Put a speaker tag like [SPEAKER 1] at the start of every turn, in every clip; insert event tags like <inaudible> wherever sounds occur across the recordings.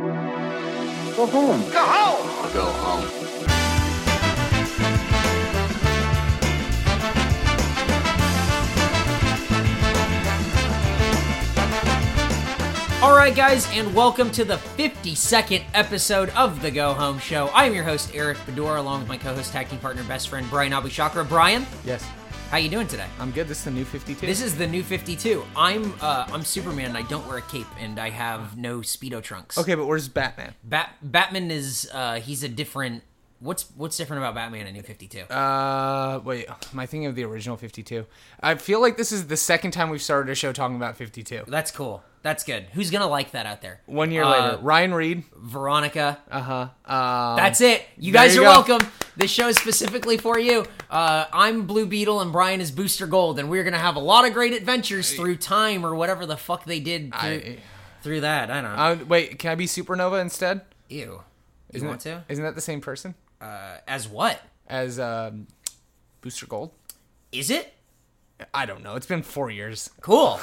[SPEAKER 1] Go home. Go home.
[SPEAKER 2] Go home.
[SPEAKER 3] All right, guys, and welcome to the 52nd episode of the Go Home Show. I'm your host Eric Bedore, along with my co-host, tag team partner, best friend Brian Abishakra. Brian,
[SPEAKER 4] Yes,
[SPEAKER 3] how you doing today?
[SPEAKER 4] I'm good. This is the new 52.
[SPEAKER 3] This is the new 52. I'm uh, I'm Superman. And I don't wear a cape, and I have no speedo trunks.
[SPEAKER 4] okay, but where's Batman?
[SPEAKER 3] Bat- Batman is uh, he's a different. What's what's different about Batman in New 52?
[SPEAKER 4] Uh, wait, am I thinking of the original 52? I feel like this is the second time we've started a show talking about 52.
[SPEAKER 3] That's cool. That's good. Who's gonna like that out there?
[SPEAKER 4] One year
[SPEAKER 3] Uh,
[SPEAKER 4] later, Ryan Reed.
[SPEAKER 3] Veronica.
[SPEAKER 4] Uh huh. Um,
[SPEAKER 3] Uh-huh. That's it. You
[SPEAKER 4] there
[SPEAKER 3] guys
[SPEAKER 4] you
[SPEAKER 3] are
[SPEAKER 4] go.
[SPEAKER 3] welcome. This show is specifically for you. Uh, I'm Blue Beetle and Brian is Booster Gold, and we're gonna have a lot of great adventures through time or whatever the fuck they did through,
[SPEAKER 4] I-
[SPEAKER 3] through that. I don't know.
[SPEAKER 4] Uh, wait, can I be Supernova instead?
[SPEAKER 3] Ew. You
[SPEAKER 4] Isn't
[SPEAKER 3] want
[SPEAKER 4] it,
[SPEAKER 3] to?
[SPEAKER 4] Isn't that the same person
[SPEAKER 3] Uh, as what?
[SPEAKER 4] as um, Booster Gold?
[SPEAKER 3] Is it?
[SPEAKER 4] I don't know. It's been four years. <laughs>
[SPEAKER 3] Cool.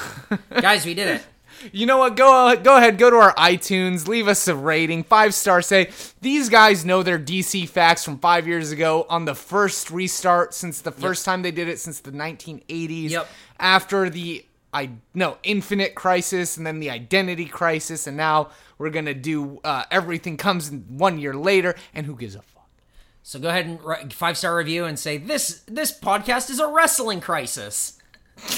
[SPEAKER 3] guys, we did it.
[SPEAKER 4] You know what? Go uh, go ahead. Go to our iTunes. Leave us a rating. Five star. Say these guys know their DC facts from five years ago on the first restart since the first time they did it since the 1980s.
[SPEAKER 3] Yep.
[SPEAKER 4] After the I no Infinite Crisis and then the Identity Crisis and now we're gonna do uh, everything comes in one year later and who gives a fuck?
[SPEAKER 3] So go ahead and write five star review and say this this podcast is a wrestling crisis.
[SPEAKER 4] <laughs>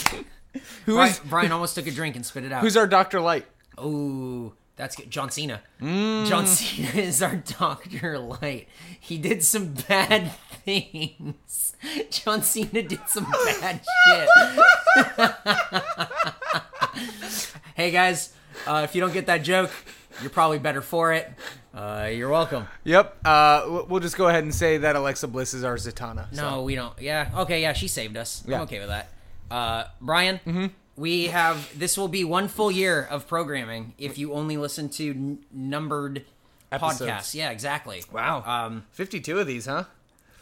[SPEAKER 4] Who
[SPEAKER 3] Brian,
[SPEAKER 4] is
[SPEAKER 3] Brian almost took a drink and spit it out.
[SPEAKER 4] who's our Doctor Light?
[SPEAKER 3] Ooh, that's good. John Cena. John <laughs> Cena is our Doctor Light. He did some bad <laughs> things. John Cena did some bad shit. <laughs> hey guys, uh, if you don't get that joke, you're probably better for it. Uh, you're welcome.
[SPEAKER 4] Yep. Uh, w- we'll just go ahead and say that Alexa Bliss is our Zatanna. so.
[SPEAKER 3] No, we don't. Yeah. Okay. Yeah, she saved us.
[SPEAKER 4] Yeah.
[SPEAKER 3] I'm okay with that. Uh, Brian, we have this will be one full year of programming if you only listen to n- numbered
[SPEAKER 4] Episodes.
[SPEAKER 3] podcasts. Yeah, exactly.
[SPEAKER 4] Wow.
[SPEAKER 3] Um,
[SPEAKER 4] 52 of these, huh?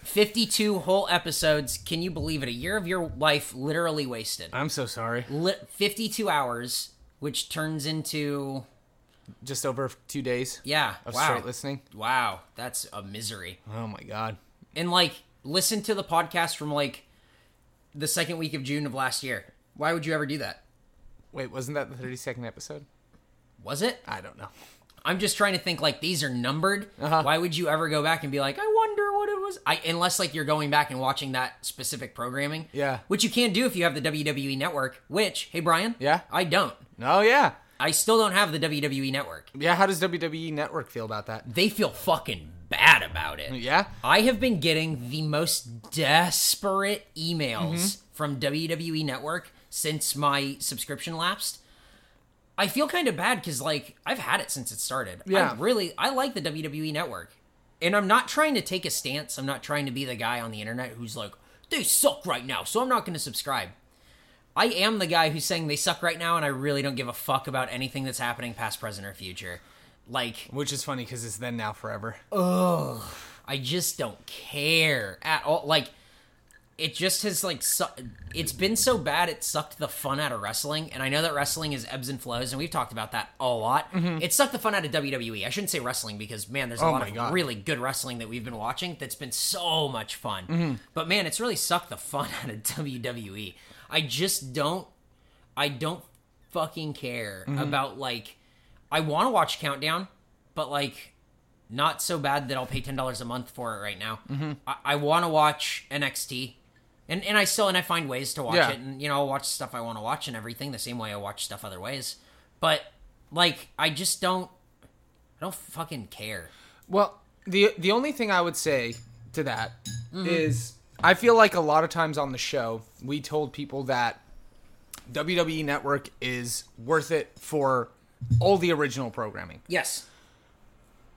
[SPEAKER 3] 52 whole episodes. Can you believe it? A year of your life literally wasted.
[SPEAKER 4] I'm so sorry.
[SPEAKER 3] Li- 52 hours, which turns into
[SPEAKER 4] just over two days
[SPEAKER 3] yeah.
[SPEAKER 4] of
[SPEAKER 3] wow.
[SPEAKER 4] straight listening.
[SPEAKER 3] Wow, that's a misery.
[SPEAKER 4] Oh my god.
[SPEAKER 3] and like listen to the podcast from like the second week of June of last year. Why would you ever do that?
[SPEAKER 4] Wait, wasn't that the 32nd episode?
[SPEAKER 3] Was it?
[SPEAKER 4] I don't <laughs> know.
[SPEAKER 3] I'm just trying to think like these are numbered.
[SPEAKER 4] Uh-huh.
[SPEAKER 3] Why would you ever go back and be like, I wonder what it was? I unless like you're going back and watching that specific programming.
[SPEAKER 4] Yeah.
[SPEAKER 3] Which you can do if you have the WWE network, which, hey Brian.
[SPEAKER 4] Yeah?
[SPEAKER 3] I don't.
[SPEAKER 4] No, Oh, yeah.
[SPEAKER 3] I still don't have the WWE network.
[SPEAKER 4] Yeah, how does WWE Network feel about that?
[SPEAKER 3] They feel fucking bad about it.
[SPEAKER 4] Yeah?
[SPEAKER 3] I have been getting the most desperate emails
[SPEAKER 4] Mm-hmm.
[SPEAKER 3] from WWE Network since my subscription lapsed. I feel kind of bad because, like, I've had it since it started.
[SPEAKER 4] Yeah.
[SPEAKER 3] I really, I like the WWE Network. And I'm not trying to take a stance. I'm not trying to be the guy on the internet who's like, they suck right now, so I'm not going to subscribe. I am the guy who's saying they suck right now, and I really don't give a fuck about anything that's happening past, present, or future. Like,
[SPEAKER 4] Which is funny because it's then now forever.
[SPEAKER 3] I just don't care at all. Like, it just has like su- it's been so bad it sucked the fun out of wrestling and i know that wrestling is ebbs and flows and we've talked about that a lot it sucked the fun out of wwe i shouldn't say wrestling because man there's a lot
[SPEAKER 4] Mm-hmm. Oh my
[SPEAKER 3] of
[SPEAKER 4] God.
[SPEAKER 3] really good wrestling that we've been watching that's been so much fun
[SPEAKER 4] Mm-hmm.
[SPEAKER 3] but man it's really sucked the fun <laughs> out of wwe i just don't i don't fucking care
[SPEAKER 4] Mm-hmm.
[SPEAKER 3] about like i want to watch countdown but like not so bad that i'll pay $10 a month for it right now
[SPEAKER 4] Mm-hmm.
[SPEAKER 3] i, I want to watch nxt and and I still and I find ways to watch
[SPEAKER 4] Yeah.
[SPEAKER 3] it, and you know I'll watch stuff I want to watch and everything the same way I watch stuff other ways, but like I just don't, I don't fucking care.
[SPEAKER 4] Well, the the only thing I would say to that is I feel like a lot of times on the show we told people that WWE Network is worth it for all the original programming.
[SPEAKER 3] Yes,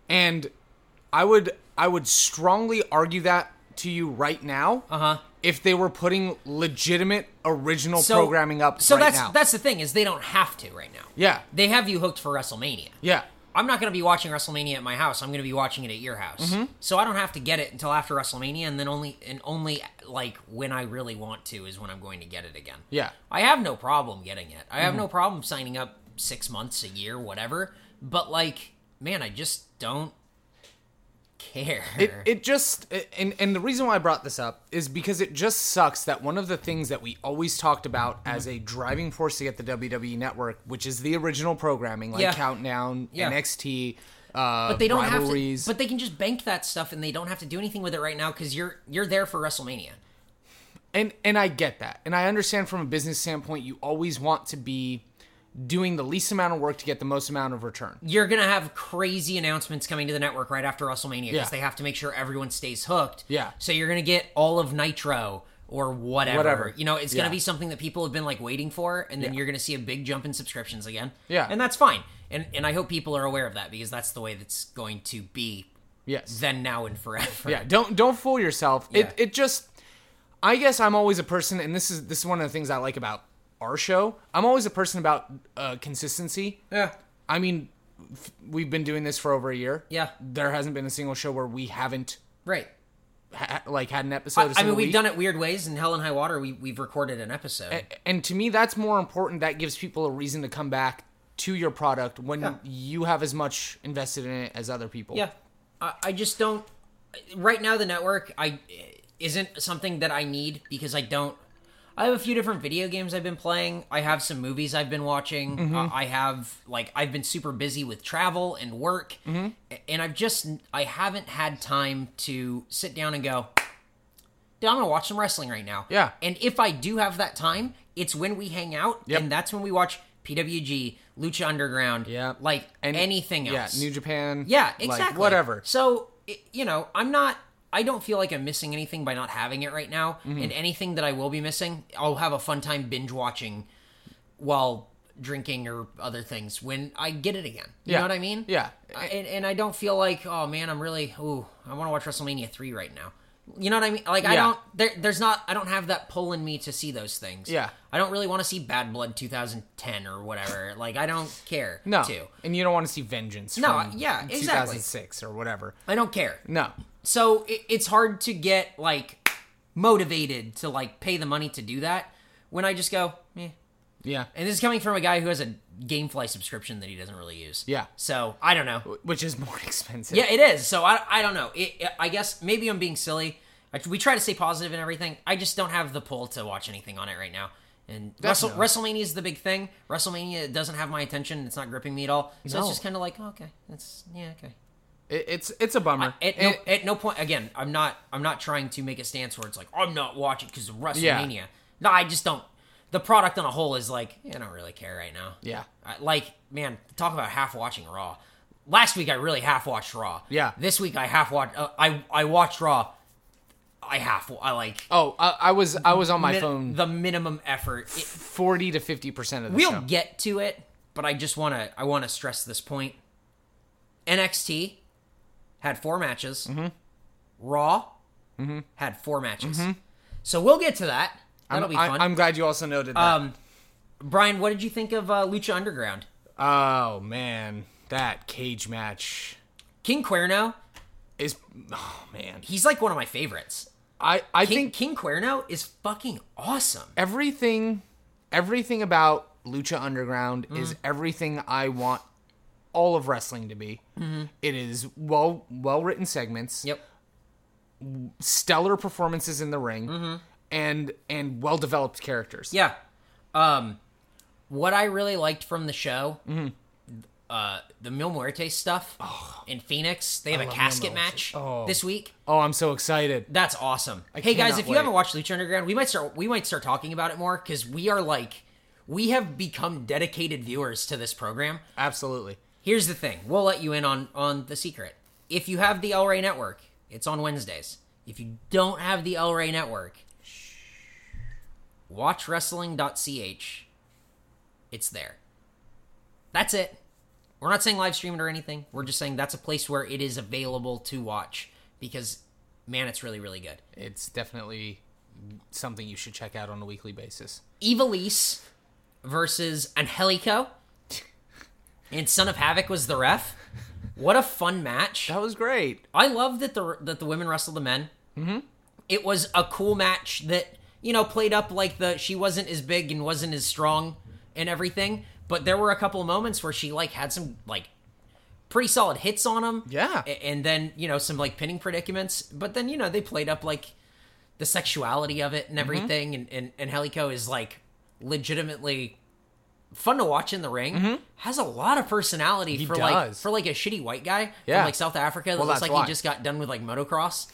[SPEAKER 4] And I would I would strongly argue that to you right now.
[SPEAKER 3] Uh-huh.
[SPEAKER 4] If they were putting legitimate original programming up
[SPEAKER 3] So
[SPEAKER 4] right
[SPEAKER 3] that's
[SPEAKER 4] now.
[SPEAKER 3] that's the thing is they don't have to right now.
[SPEAKER 4] Yeah.
[SPEAKER 3] they have you hooked for WrestleMania.
[SPEAKER 4] yeah.
[SPEAKER 3] I'm not going to be watching WrestleMania at my house. I'm going to be watching it at your house.
[SPEAKER 4] Mm-hmm.
[SPEAKER 3] So I don't have to get it until after WrestleMania, and then only and only like when I really want to is when I'm going to get it again.
[SPEAKER 4] Yeah. Mm.
[SPEAKER 3] I have no problem getting it. I have no problem signing up six months, a year, whatever. But like, man, I just don't care.
[SPEAKER 4] It, it just and and the reason why I brought this up is because it just sucks that one of the things that we always talked about
[SPEAKER 3] Mm-hmm.
[SPEAKER 4] as a driving force to get the WWE network, which is the original programming like
[SPEAKER 3] Yeah.
[SPEAKER 4] Countdown,
[SPEAKER 3] Yeah.
[SPEAKER 4] NXT, uh,
[SPEAKER 3] but they don't
[SPEAKER 4] rivalries.
[SPEAKER 3] have to. But they can just bank that stuff, and they don't have to do anything with it right now because you're you're there for WrestleMania.
[SPEAKER 4] and and I get that, and I understand from a business standpoint, you always want to be doing the least amount of work to get the most amount of return.
[SPEAKER 3] You're gonna have crazy announcements coming to the network right after WrestleMania because
[SPEAKER 4] Yeah.
[SPEAKER 3] they have to make sure everyone stays hooked.
[SPEAKER 4] Yeah.
[SPEAKER 3] So you're gonna get all of Nitro or whatever.
[SPEAKER 4] Whatever.
[SPEAKER 3] You know, it's gonna
[SPEAKER 4] Yeah.
[SPEAKER 3] be something that people have been like waiting for, and then
[SPEAKER 4] Yeah.
[SPEAKER 3] you're gonna see a big jump in subscriptions again.
[SPEAKER 4] Yeah.
[SPEAKER 3] And that's fine. And and I hope people are aware of that because that's the way that's going to be
[SPEAKER 4] Yes.
[SPEAKER 3] then, now, and forever.
[SPEAKER 4] Yeah, don't don't fool yourself.
[SPEAKER 3] Yeah.
[SPEAKER 4] It it just I guess I'm always a person and this is this is one of the things I like about our show. I'm always a person about uh consistency.
[SPEAKER 3] Yeah.
[SPEAKER 4] I mean, f- we've been doing this for over a year.
[SPEAKER 3] Yeah.
[SPEAKER 4] There hasn't been a single show where we haven't
[SPEAKER 3] Right.
[SPEAKER 4] ha- like had an episode I,
[SPEAKER 3] I mean, we've done it weird ways. In Hell and High Water, we we've recorded an episode.
[SPEAKER 4] and to me that's more important. That gives people a reason to come back to your product when
[SPEAKER 3] Yeah.
[SPEAKER 4] you have as much invested in it as other people.
[SPEAKER 3] Yeah, I, I just don't. Right now, the network I isn't something that I need because I don't. I have a few different video games I've been playing. I have some movies I've been watching.
[SPEAKER 4] Mm-hmm.
[SPEAKER 3] Uh, I have like I've been super busy with travel and work,
[SPEAKER 4] Mm-hmm.
[SPEAKER 3] A- and I've just I haven't had time to sit down and go. Dude, I'm gonna watch some wrestling right now.
[SPEAKER 4] Yeah.
[SPEAKER 3] And if I do have that time, it's when we hang out,
[SPEAKER 4] Yep.
[SPEAKER 3] and that's when we watch PWG, Lucha Underground,
[SPEAKER 4] Yeah.
[SPEAKER 3] like
[SPEAKER 4] And-
[SPEAKER 3] anything
[SPEAKER 4] Yeah,
[SPEAKER 3] else.
[SPEAKER 4] New Japan.
[SPEAKER 3] Yeah,
[SPEAKER 4] like,
[SPEAKER 3] exactly.
[SPEAKER 4] whatever.
[SPEAKER 3] So, i- you know, I'm not. I don't feel like I'm missing anything by not having it right now.
[SPEAKER 4] Mm-hmm.
[SPEAKER 3] And anything that I will be missing, I'll have a fun time binge watching while drinking or other things when I get it again. You
[SPEAKER 4] Yeah.
[SPEAKER 3] know what I mean?
[SPEAKER 4] Yeah.
[SPEAKER 3] I, and, and I don't feel like, oh man, I'm really. Ooh, I want to watch WrestleMania three right now. You know what I mean? Like I
[SPEAKER 4] Yeah.
[SPEAKER 3] don't. There, there's not. I don't have that pull in me to see those things.
[SPEAKER 4] Yeah.
[SPEAKER 3] I don't really want to see Bad Blood 2010 or whatever. like I don't care.
[SPEAKER 4] No.
[SPEAKER 3] To.
[SPEAKER 4] And you don't want to see Vengeance
[SPEAKER 3] No,
[SPEAKER 4] from
[SPEAKER 3] yeah, exactly.
[SPEAKER 4] 2006 or whatever.
[SPEAKER 3] I don't care.
[SPEAKER 4] No.
[SPEAKER 3] so it, it's hard to get like motivated to like pay the money to do that when I just go, eh.
[SPEAKER 4] Yeah.
[SPEAKER 3] and this is coming from a guy who has a GameFly subscription that he doesn't really use.
[SPEAKER 4] Yeah.
[SPEAKER 3] So I don't know.
[SPEAKER 4] Which is more <laughs> expensive.
[SPEAKER 3] Yeah, it is. So I, I don't know. It, it- I guess maybe I'm being silly. I, we try to stay positive and everything. I just don't have the pull to watch anything on it right now. And Wrestle,
[SPEAKER 4] no.
[SPEAKER 3] WrestleMania is the big thing. WrestleMania doesn't have my attention. It's not gripping me at all. So it's
[SPEAKER 4] No.
[SPEAKER 3] just kind of like, oh, okay, that's yeah, okay.
[SPEAKER 4] It, it's it's a bummer. Eh,
[SPEAKER 3] At no,
[SPEAKER 4] And-
[SPEAKER 3] at no point again. I'm not. I'm not trying to make a stance where it's like I'm not watching because of WrestleMania. No, I just don't. The product on a whole is like yeah, I don't really care right now.
[SPEAKER 4] Yeah.
[SPEAKER 3] I, like man, talk about half watching Raw. Last week I really half watched Raw.
[SPEAKER 4] Yeah.
[SPEAKER 3] This week I half watched. Uh, I I watched Raw. I half. I like
[SPEAKER 4] oh, I, I was I was on Oh, my
[SPEAKER 3] min-
[SPEAKER 4] phone
[SPEAKER 3] the minimum effort. It-
[SPEAKER 4] 40 to 50 percent of the
[SPEAKER 3] we'll
[SPEAKER 4] show.
[SPEAKER 3] get to it, but I just want to. I want to stress this point. NXT had four matches.
[SPEAKER 4] Mm-hmm.
[SPEAKER 3] Raw had four matches. So we'll get to that. That'll
[SPEAKER 4] Mm-hmm. I'm,
[SPEAKER 3] be
[SPEAKER 4] I-
[SPEAKER 3] fun.
[SPEAKER 4] I'm glad you also noted that.
[SPEAKER 3] um, Brian, what did you think of uh, Lucha Underground?
[SPEAKER 4] oh man, that cage match
[SPEAKER 3] King Cuerno,
[SPEAKER 4] is oh man.
[SPEAKER 3] he's like one of my favorites.
[SPEAKER 4] I I
[SPEAKER 3] King,
[SPEAKER 4] think
[SPEAKER 3] King Cuerno is fucking awesome.
[SPEAKER 4] everything everything about lucha underground is everything i want all of wrestling to be It is well well written segments
[SPEAKER 3] Yep.
[SPEAKER 4] stellar performances in the ring and and well developed characters
[SPEAKER 3] Yeah. Um, what I really liked from the show,
[SPEAKER 4] Mm-hmm.
[SPEAKER 3] uh, the Mil Muerte stuff in Phoenix, they have a
[SPEAKER 4] love
[SPEAKER 3] casket
[SPEAKER 4] Mil Muerte.
[SPEAKER 3] match
[SPEAKER 4] Oh.
[SPEAKER 3] this week.
[SPEAKER 4] oh i'm so excited
[SPEAKER 3] That's awesome. hey guys,
[SPEAKER 4] cannot
[SPEAKER 3] if you
[SPEAKER 4] wait.
[SPEAKER 3] haven't watched Lucha Underground, we might start we might start talking about it more because we are like we have become dedicated viewers to this program.
[SPEAKER 4] absolutely
[SPEAKER 3] Here's the thing: we'll let you in on on the secret. If you have the El Rey Network, it's on Wednesdays. If you don't have the El Rey Network, watchwrestling.ch. It's there. That's it. We're not saying live stream it or anything. We're just saying that's a place where it is available to watch because, man, it's really really good.
[SPEAKER 4] it's definitely something you should check out on a weekly basis
[SPEAKER 3] Evilise versus Angelico, and Son of Havoc was the ref. What a fun match!
[SPEAKER 4] that was great
[SPEAKER 3] I love that the that the women wrestled the men. Mm-hmm. It was a cool match that you know played up like the she wasn't as big and wasn't as strong and everything, but there were a couple of moments where she like had some like pretty solid hits on him.
[SPEAKER 4] Yeah.
[SPEAKER 3] A- And then, you know, some like pinning predicaments. But then, you know, they played up like the sexuality of it and
[SPEAKER 4] Mm-hmm.
[SPEAKER 3] everything. And, and, and Helico is like legitimately fun to watch in the ring. Has a lot of personality for like
[SPEAKER 4] Mm-hmm. does.
[SPEAKER 3] for like a shitty white guy
[SPEAKER 4] Yeah.
[SPEAKER 3] from like South Africa that
[SPEAKER 4] Well,
[SPEAKER 3] looks
[SPEAKER 4] that's
[SPEAKER 3] like
[SPEAKER 4] why.
[SPEAKER 3] he just got done with like motocross.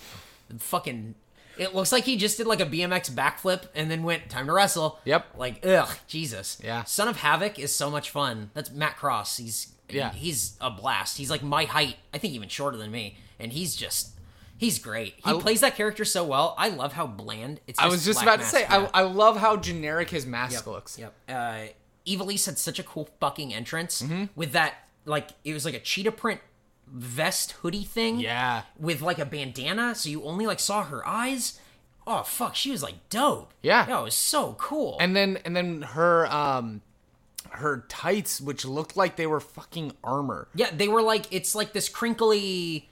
[SPEAKER 3] Fucking it looks like he just did like a BMX backflip and then went time to wrestle.
[SPEAKER 4] Yep.
[SPEAKER 3] Like ugh, Jesus.
[SPEAKER 4] Yeah.
[SPEAKER 3] Son of Havoc is so much fun. That's Matt Cross. He's
[SPEAKER 4] Yeah.
[SPEAKER 3] he's a blast. He's like my height. I think even shorter than me, and he's just he's great. He plays that character so well. I love how bland. It's.
[SPEAKER 4] I was just
[SPEAKER 3] Black
[SPEAKER 4] about to
[SPEAKER 3] Mask
[SPEAKER 4] say,
[SPEAKER 3] now.
[SPEAKER 4] I, I love how generic his mask looks.
[SPEAKER 3] Yep. Uh, Evilise had such a cool fucking entrance
[SPEAKER 4] Mm-hmm.
[SPEAKER 3] with that, like, it was like a cheetah print vest hoodie thing.
[SPEAKER 4] Yeah.
[SPEAKER 3] With like a bandana, so you only like saw her eyes. Oh fuck, she was like dope.
[SPEAKER 4] Yeah.
[SPEAKER 3] That was so cool.
[SPEAKER 4] And then and then her um her tights, which looked like they were fucking armor.
[SPEAKER 3] yeah, they were like it's like this crinkly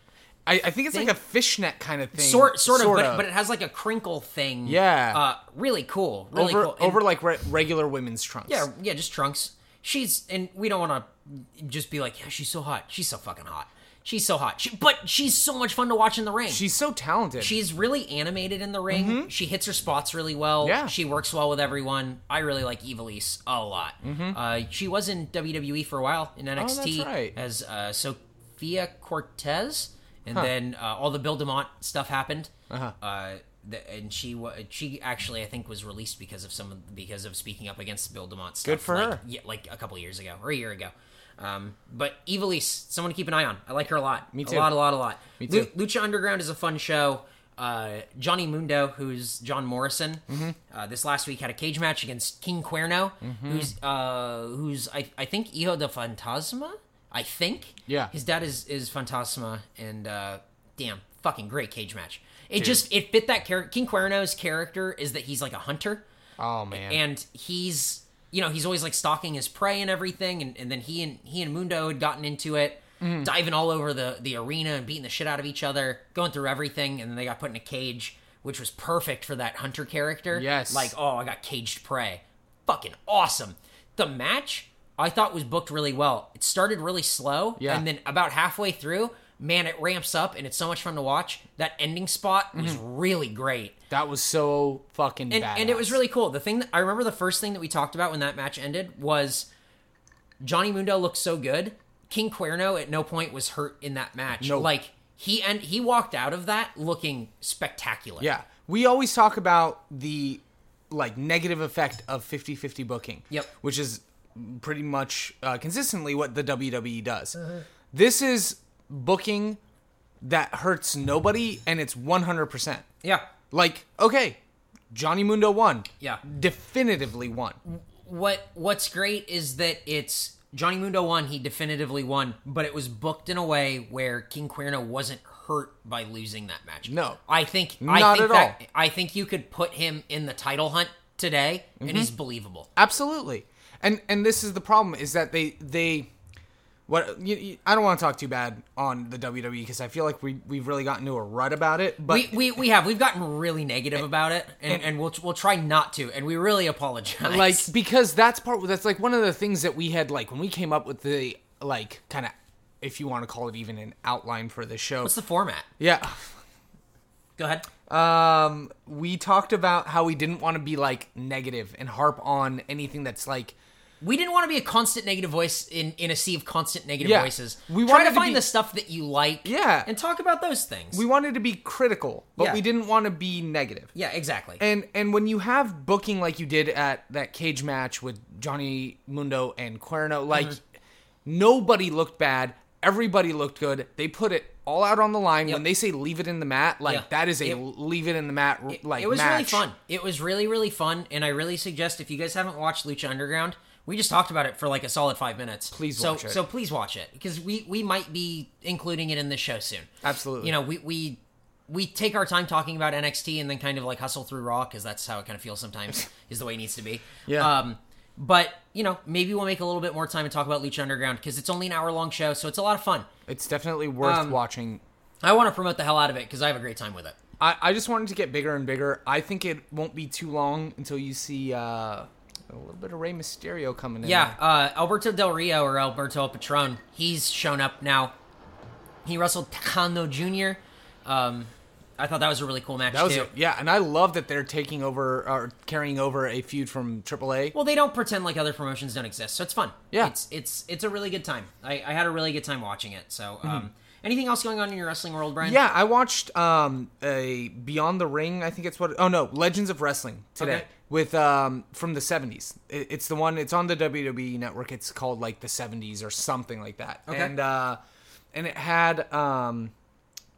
[SPEAKER 4] I, I think it's like a fishnet kind of thing.
[SPEAKER 3] sort sort, of, But, but it has like a crinkle thing.
[SPEAKER 4] Yeah.
[SPEAKER 3] Uh, really cool. Really
[SPEAKER 4] over
[SPEAKER 3] cool. And-
[SPEAKER 4] over like re- regular women's trunks.
[SPEAKER 3] Yeah, yeah, just trunks. She's and we don't want to just be like, yeah, she's so hot. She's so fucking hot. She's so hot. She, but she's so much fun to watch in the ring.
[SPEAKER 4] she's so talented.
[SPEAKER 3] she's really animated in the ring. She hits her spots really well.
[SPEAKER 4] Mm-hmm. Yeah.
[SPEAKER 3] she works well with everyone. I really like Evilise a lot. Uh, she was in WWE for a while in NXT
[SPEAKER 4] Mm-hmm. Oh, right.
[SPEAKER 3] as uh, Sophia Cortez, and then uh, all the Bill Demont stuff happened. Uh-huh. Uh, th- and she wa- she actually I think was released because of some of- because of speaking up against Bill Demont stuff.
[SPEAKER 4] Good for
[SPEAKER 3] like,
[SPEAKER 4] her.
[SPEAKER 3] Yeah, like a couple years ago or a year ago. Um, but Evilise, someone to keep an eye on. I like her a lot. Me
[SPEAKER 4] too.
[SPEAKER 3] A lot, a lot, a lot.
[SPEAKER 4] Me
[SPEAKER 3] Lu-
[SPEAKER 4] too.
[SPEAKER 3] Lucha Underground is a fun show. Uh, Johnny Mundo, who's John Morrison,
[SPEAKER 4] Mm-hmm.
[SPEAKER 3] uh, this last week had a cage match against King Cuerno,
[SPEAKER 4] Mm-hmm.
[SPEAKER 3] who's uh, who's I, I think Hijo de Fantasma. I think
[SPEAKER 4] Yeah.
[SPEAKER 3] his dad is is Fantasma, and uh, damn, fucking great cage match. It just it fit that character. King Cuerno's character is that he's like a hunter,
[SPEAKER 4] oh man.
[SPEAKER 3] and he's you know he's always like stalking his prey and everything and, and then he and he and mundo had gotten into it
[SPEAKER 4] Mm-hmm.
[SPEAKER 3] diving all over the the arena and beating the shit out of each other going through everything and then they got put in a cage which was perfect for that hunter character
[SPEAKER 4] Yes.
[SPEAKER 3] like oh i got caged prey fucking awesome the match i thought was booked really well it started really slow
[SPEAKER 4] Yeah.
[SPEAKER 3] and then about halfway through man it ramps up and it's so much fun to watch that ending spot was
[SPEAKER 4] Mm-hmm.
[SPEAKER 3] really great
[SPEAKER 4] that was so fucking
[SPEAKER 3] and, and it was
[SPEAKER 4] badass.
[SPEAKER 3] really cool. The thing that I remember the first thing that we talked about when that match ended was Johnny Mundo looked so good. King Cuerno at no point was hurt in that match.
[SPEAKER 4] No.
[SPEAKER 3] Like he and he walked out of that looking spectacular.
[SPEAKER 4] Yeah. We always talk about the like negative effect of 50-50 booking.
[SPEAKER 3] Yep.
[SPEAKER 4] Which is pretty much uh, consistently what the WWE does.
[SPEAKER 3] Uh-huh.
[SPEAKER 4] This is booking that hurts nobody and it's 100%.
[SPEAKER 3] Yeah.
[SPEAKER 4] Like, okay, Johnny Mundo won.
[SPEAKER 3] Yeah.
[SPEAKER 4] Definitively won.
[SPEAKER 3] What what's great is that it's Johnny Mundo won, he definitively won, but it was booked in a way where King Cuerno wasn't hurt by losing that match.
[SPEAKER 4] No.
[SPEAKER 3] I think I
[SPEAKER 4] Not
[SPEAKER 3] think
[SPEAKER 4] at
[SPEAKER 3] that,
[SPEAKER 4] all.
[SPEAKER 3] I think you could put him in the title hunt today
[SPEAKER 4] Mm-hmm.
[SPEAKER 3] and he's believable.
[SPEAKER 4] Absolutely. And and this is the problem is that they they what you, you- I don't want to talk too bad on the WWE because I feel like we we've really gotten to a rut about it, but
[SPEAKER 3] we, we we have we've gotten really negative about it, and, and, we'll we'll try not to, and we really apologize.
[SPEAKER 4] like because that's part that's like one of the things that we had like when we came up with the like kind of if you want to call it even an outline for the show
[SPEAKER 3] what's the format?
[SPEAKER 4] yeah
[SPEAKER 3] Go ahead.
[SPEAKER 4] um we talked about how we didn't want to be like negative and harp on anything that's like
[SPEAKER 3] We didn't want to be a constant negative voice in, in a sea of constant negative
[SPEAKER 4] Yeah.
[SPEAKER 3] voices.
[SPEAKER 4] We
[SPEAKER 3] try
[SPEAKER 4] wanted
[SPEAKER 3] to
[SPEAKER 4] to
[SPEAKER 3] find
[SPEAKER 4] be-
[SPEAKER 3] the stuff that you like,
[SPEAKER 4] Yeah.
[SPEAKER 3] and talk about those things.
[SPEAKER 4] we wanted to be critical but
[SPEAKER 3] Yeah.
[SPEAKER 4] we didn't want to be negative
[SPEAKER 3] yeah, exactly.
[SPEAKER 4] and and when you have booking like you did at that cage match with Johnny Mundo and Cuerno, like
[SPEAKER 3] Mm-hmm.
[SPEAKER 4] nobody looked bad. Everybody looked good. They put it all out on the line. When they say leave it in the mat, like
[SPEAKER 3] Yeah.
[SPEAKER 4] that is a
[SPEAKER 3] It-
[SPEAKER 4] leave it in the mat r like
[SPEAKER 3] it was really
[SPEAKER 4] match.
[SPEAKER 3] fun. It was really really fun, and I really suggest if you guys haven't watched Lucha Underground, we just talked about it for like a solid five minutes.
[SPEAKER 4] Please
[SPEAKER 3] so,
[SPEAKER 4] watch it.
[SPEAKER 3] So please watch it because we we might be including it in the show soon.
[SPEAKER 4] Absolutely.
[SPEAKER 3] You know we we we take our time talking about NXT and then kind of like hustle through Raw because that's how it kind of feels
[SPEAKER 4] <laughs>
[SPEAKER 3] sometimes is the way it needs to be.
[SPEAKER 4] Yeah.
[SPEAKER 3] Um, but you know maybe we'll make a little bit more time and talk about Lucha Underground because it's only an hour long show, so it's a lot of fun.
[SPEAKER 4] It's definitely worth
[SPEAKER 3] Um,
[SPEAKER 4] watching.
[SPEAKER 3] I want to promote the hell out of it because I have a great time with it.
[SPEAKER 4] I, I just wanted to get bigger and bigger. I think it won't be too long until you see uh A little bit of Rey Mysterio coming in.
[SPEAKER 3] Yeah, uh, Alberto Del Rio or Alberto El Patron, he's shown up now. He wrestled Takano Jr. Um, I thought that was a really cool match
[SPEAKER 4] That was
[SPEAKER 3] too.
[SPEAKER 4] it. Yeah, and I love that they're taking over or carrying over a feud from AAA.
[SPEAKER 3] Well, they don't pretend like other promotions don't exist, so it's fun.
[SPEAKER 4] Yeah.
[SPEAKER 3] it's it's it's a really good time. I, I had a really good time watching it. So, um, anything else going on in your wrestling world, Brian?
[SPEAKER 4] Mm-hmm. Yeah, I watched um a Beyond the Ring, I think it's what Oh no, Legends of Wrestling today
[SPEAKER 3] Okay.
[SPEAKER 4] with um from the 70s. It, it's the one it's on the WWE network. It's called like the 70s or something like that.
[SPEAKER 3] Okay.
[SPEAKER 4] And uh and it had um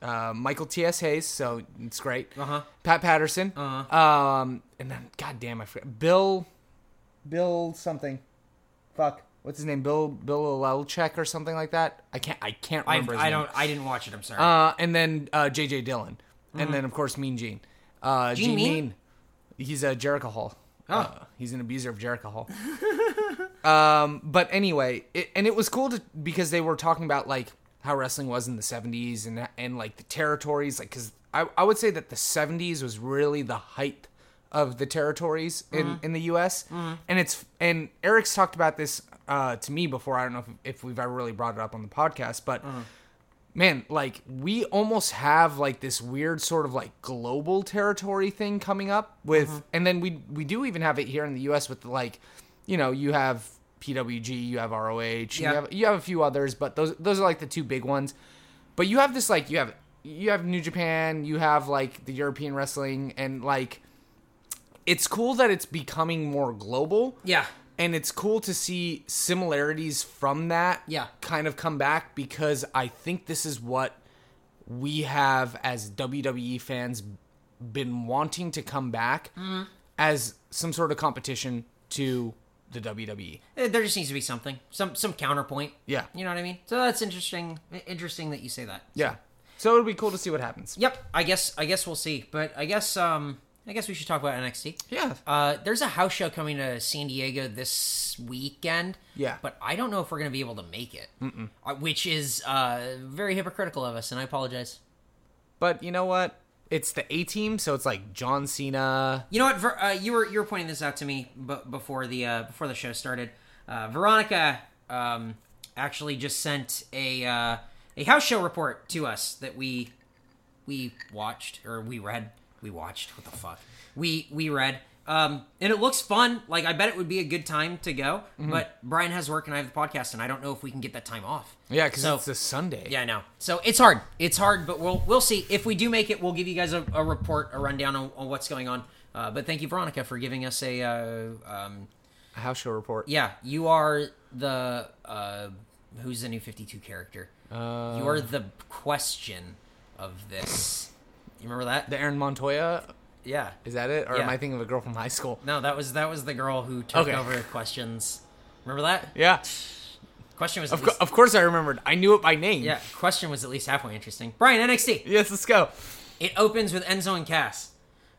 [SPEAKER 4] uh, Michael T.S. Hayes, so it's great.
[SPEAKER 3] Uh-huh.
[SPEAKER 4] Pat Patterson. Uh-huh. Um, and then, goddamn, I forgot. Bill, Bill something. Fuck. What's his name? Bill Bill Lelchek or something like that. I can't. I can't
[SPEAKER 3] I,
[SPEAKER 4] remember. his
[SPEAKER 3] I
[SPEAKER 4] name.
[SPEAKER 3] don't. I didn't watch it. I'm sorry.
[SPEAKER 4] Uh, and then uh, J.J. Dillon, and then of course Mean Gene. Uh,
[SPEAKER 3] Mm. Gene
[SPEAKER 4] Gene
[SPEAKER 3] Mean?
[SPEAKER 4] Mean? he's a Jericho Hall.
[SPEAKER 3] Oh.
[SPEAKER 4] Uh, he's an abuser of Jericho Hall. <laughs> um, but anyway, it, and it was cool to because they were talking about like how wrestling was in the '70s and and like the territories, like because I I would say that the '70s was really the height of the territories in,
[SPEAKER 3] Mm.
[SPEAKER 4] in the U.S. And it's and Eric's talked about this uh, to me before. I don't know if, if we've ever really brought it up on the podcast, but
[SPEAKER 3] Mm.
[SPEAKER 4] man like we almost have like this weird sort of like global territory thing coming up with
[SPEAKER 3] Mm-hmm.
[SPEAKER 4] and then we we do even have it here in the US with like you know you have PWG you have ROH
[SPEAKER 3] Yeah.
[SPEAKER 4] you have you have a few others but those those are like the two big ones but you have this like you have you have New Japan you have like the European wrestling and like it's cool that it's becoming more global
[SPEAKER 3] yeah,
[SPEAKER 4] and it's cool to see similarities from that
[SPEAKER 3] Yeah.
[SPEAKER 4] kind of come back because I think this is what we have as WWE fans been wanting to come back
[SPEAKER 3] Mm-hmm.
[SPEAKER 4] as some sort of competition to the E. WWE.
[SPEAKER 3] Eh, there just needs to be something, some some counterpoint.
[SPEAKER 4] Yeah.
[SPEAKER 3] you know what I mean. So that's interesting. Interesting that you say that.
[SPEAKER 4] Yeah. So it'll be cool to see what happens.
[SPEAKER 3] Yep. I guess I guess we'll see. But I guess um I guess we should talk about NXT.
[SPEAKER 4] Yeah.
[SPEAKER 3] Uh, there's a house show coming to San Diego this weekend.
[SPEAKER 4] Yeah.
[SPEAKER 3] But I don't know if we're going to be able to make it, Uh, which is uh, very hypocritical of us, and I apologize.
[SPEAKER 4] But you know what? It's the A team, so it's like John Cena.
[SPEAKER 3] You know what? Ver- uh, you were you were pointing this out to me b- before the uh, before the show started. Uh, Veronica um, actually just sent a uh, a house show report to us that we we watched or we read we watched what the fuck we we read um and it looks fun like i bet it would be a good time to go
[SPEAKER 4] Mm-hmm.
[SPEAKER 3] but brian has work and i have the podcast and i don't know if we can get that time off
[SPEAKER 4] Yeah, because
[SPEAKER 3] So-
[SPEAKER 4] it's a Sunday.
[SPEAKER 3] yeah i know so it's hard it's hard but we'll we'll see if we do make it we'll give you guys a, a report a rundown on, on what's going on uh, but thank you veronica for giving us a uh, um
[SPEAKER 4] A house show report.
[SPEAKER 3] yeah you are the uh who's the new 52 character uh, you are the question of this you remember that
[SPEAKER 4] The Aaron Montoya,
[SPEAKER 3] yeah.
[SPEAKER 4] is that it? Or
[SPEAKER 3] Yeah.
[SPEAKER 4] am I thinking of a girl from high school?
[SPEAKER 3] No, that was that was the girl who took
[SPEAKER 4] Okay.
[SPEAKER 3] over questions. Remember that?
[SPEAKER 4] Yeah.
[SPEAKER 3] Question was at
[SPEAKER 4] Of, cou-
[SPEAKER 3] least,
[SPEAKER 4] of course, I remembered. I knew it by name.
[SPEAKER 3] yeah. Question was at least halfway interesting. Brian NXT.
[SPEAKER 4] Yes, let's go.
[SPEAKER 3] It opens with Enzo and Cass.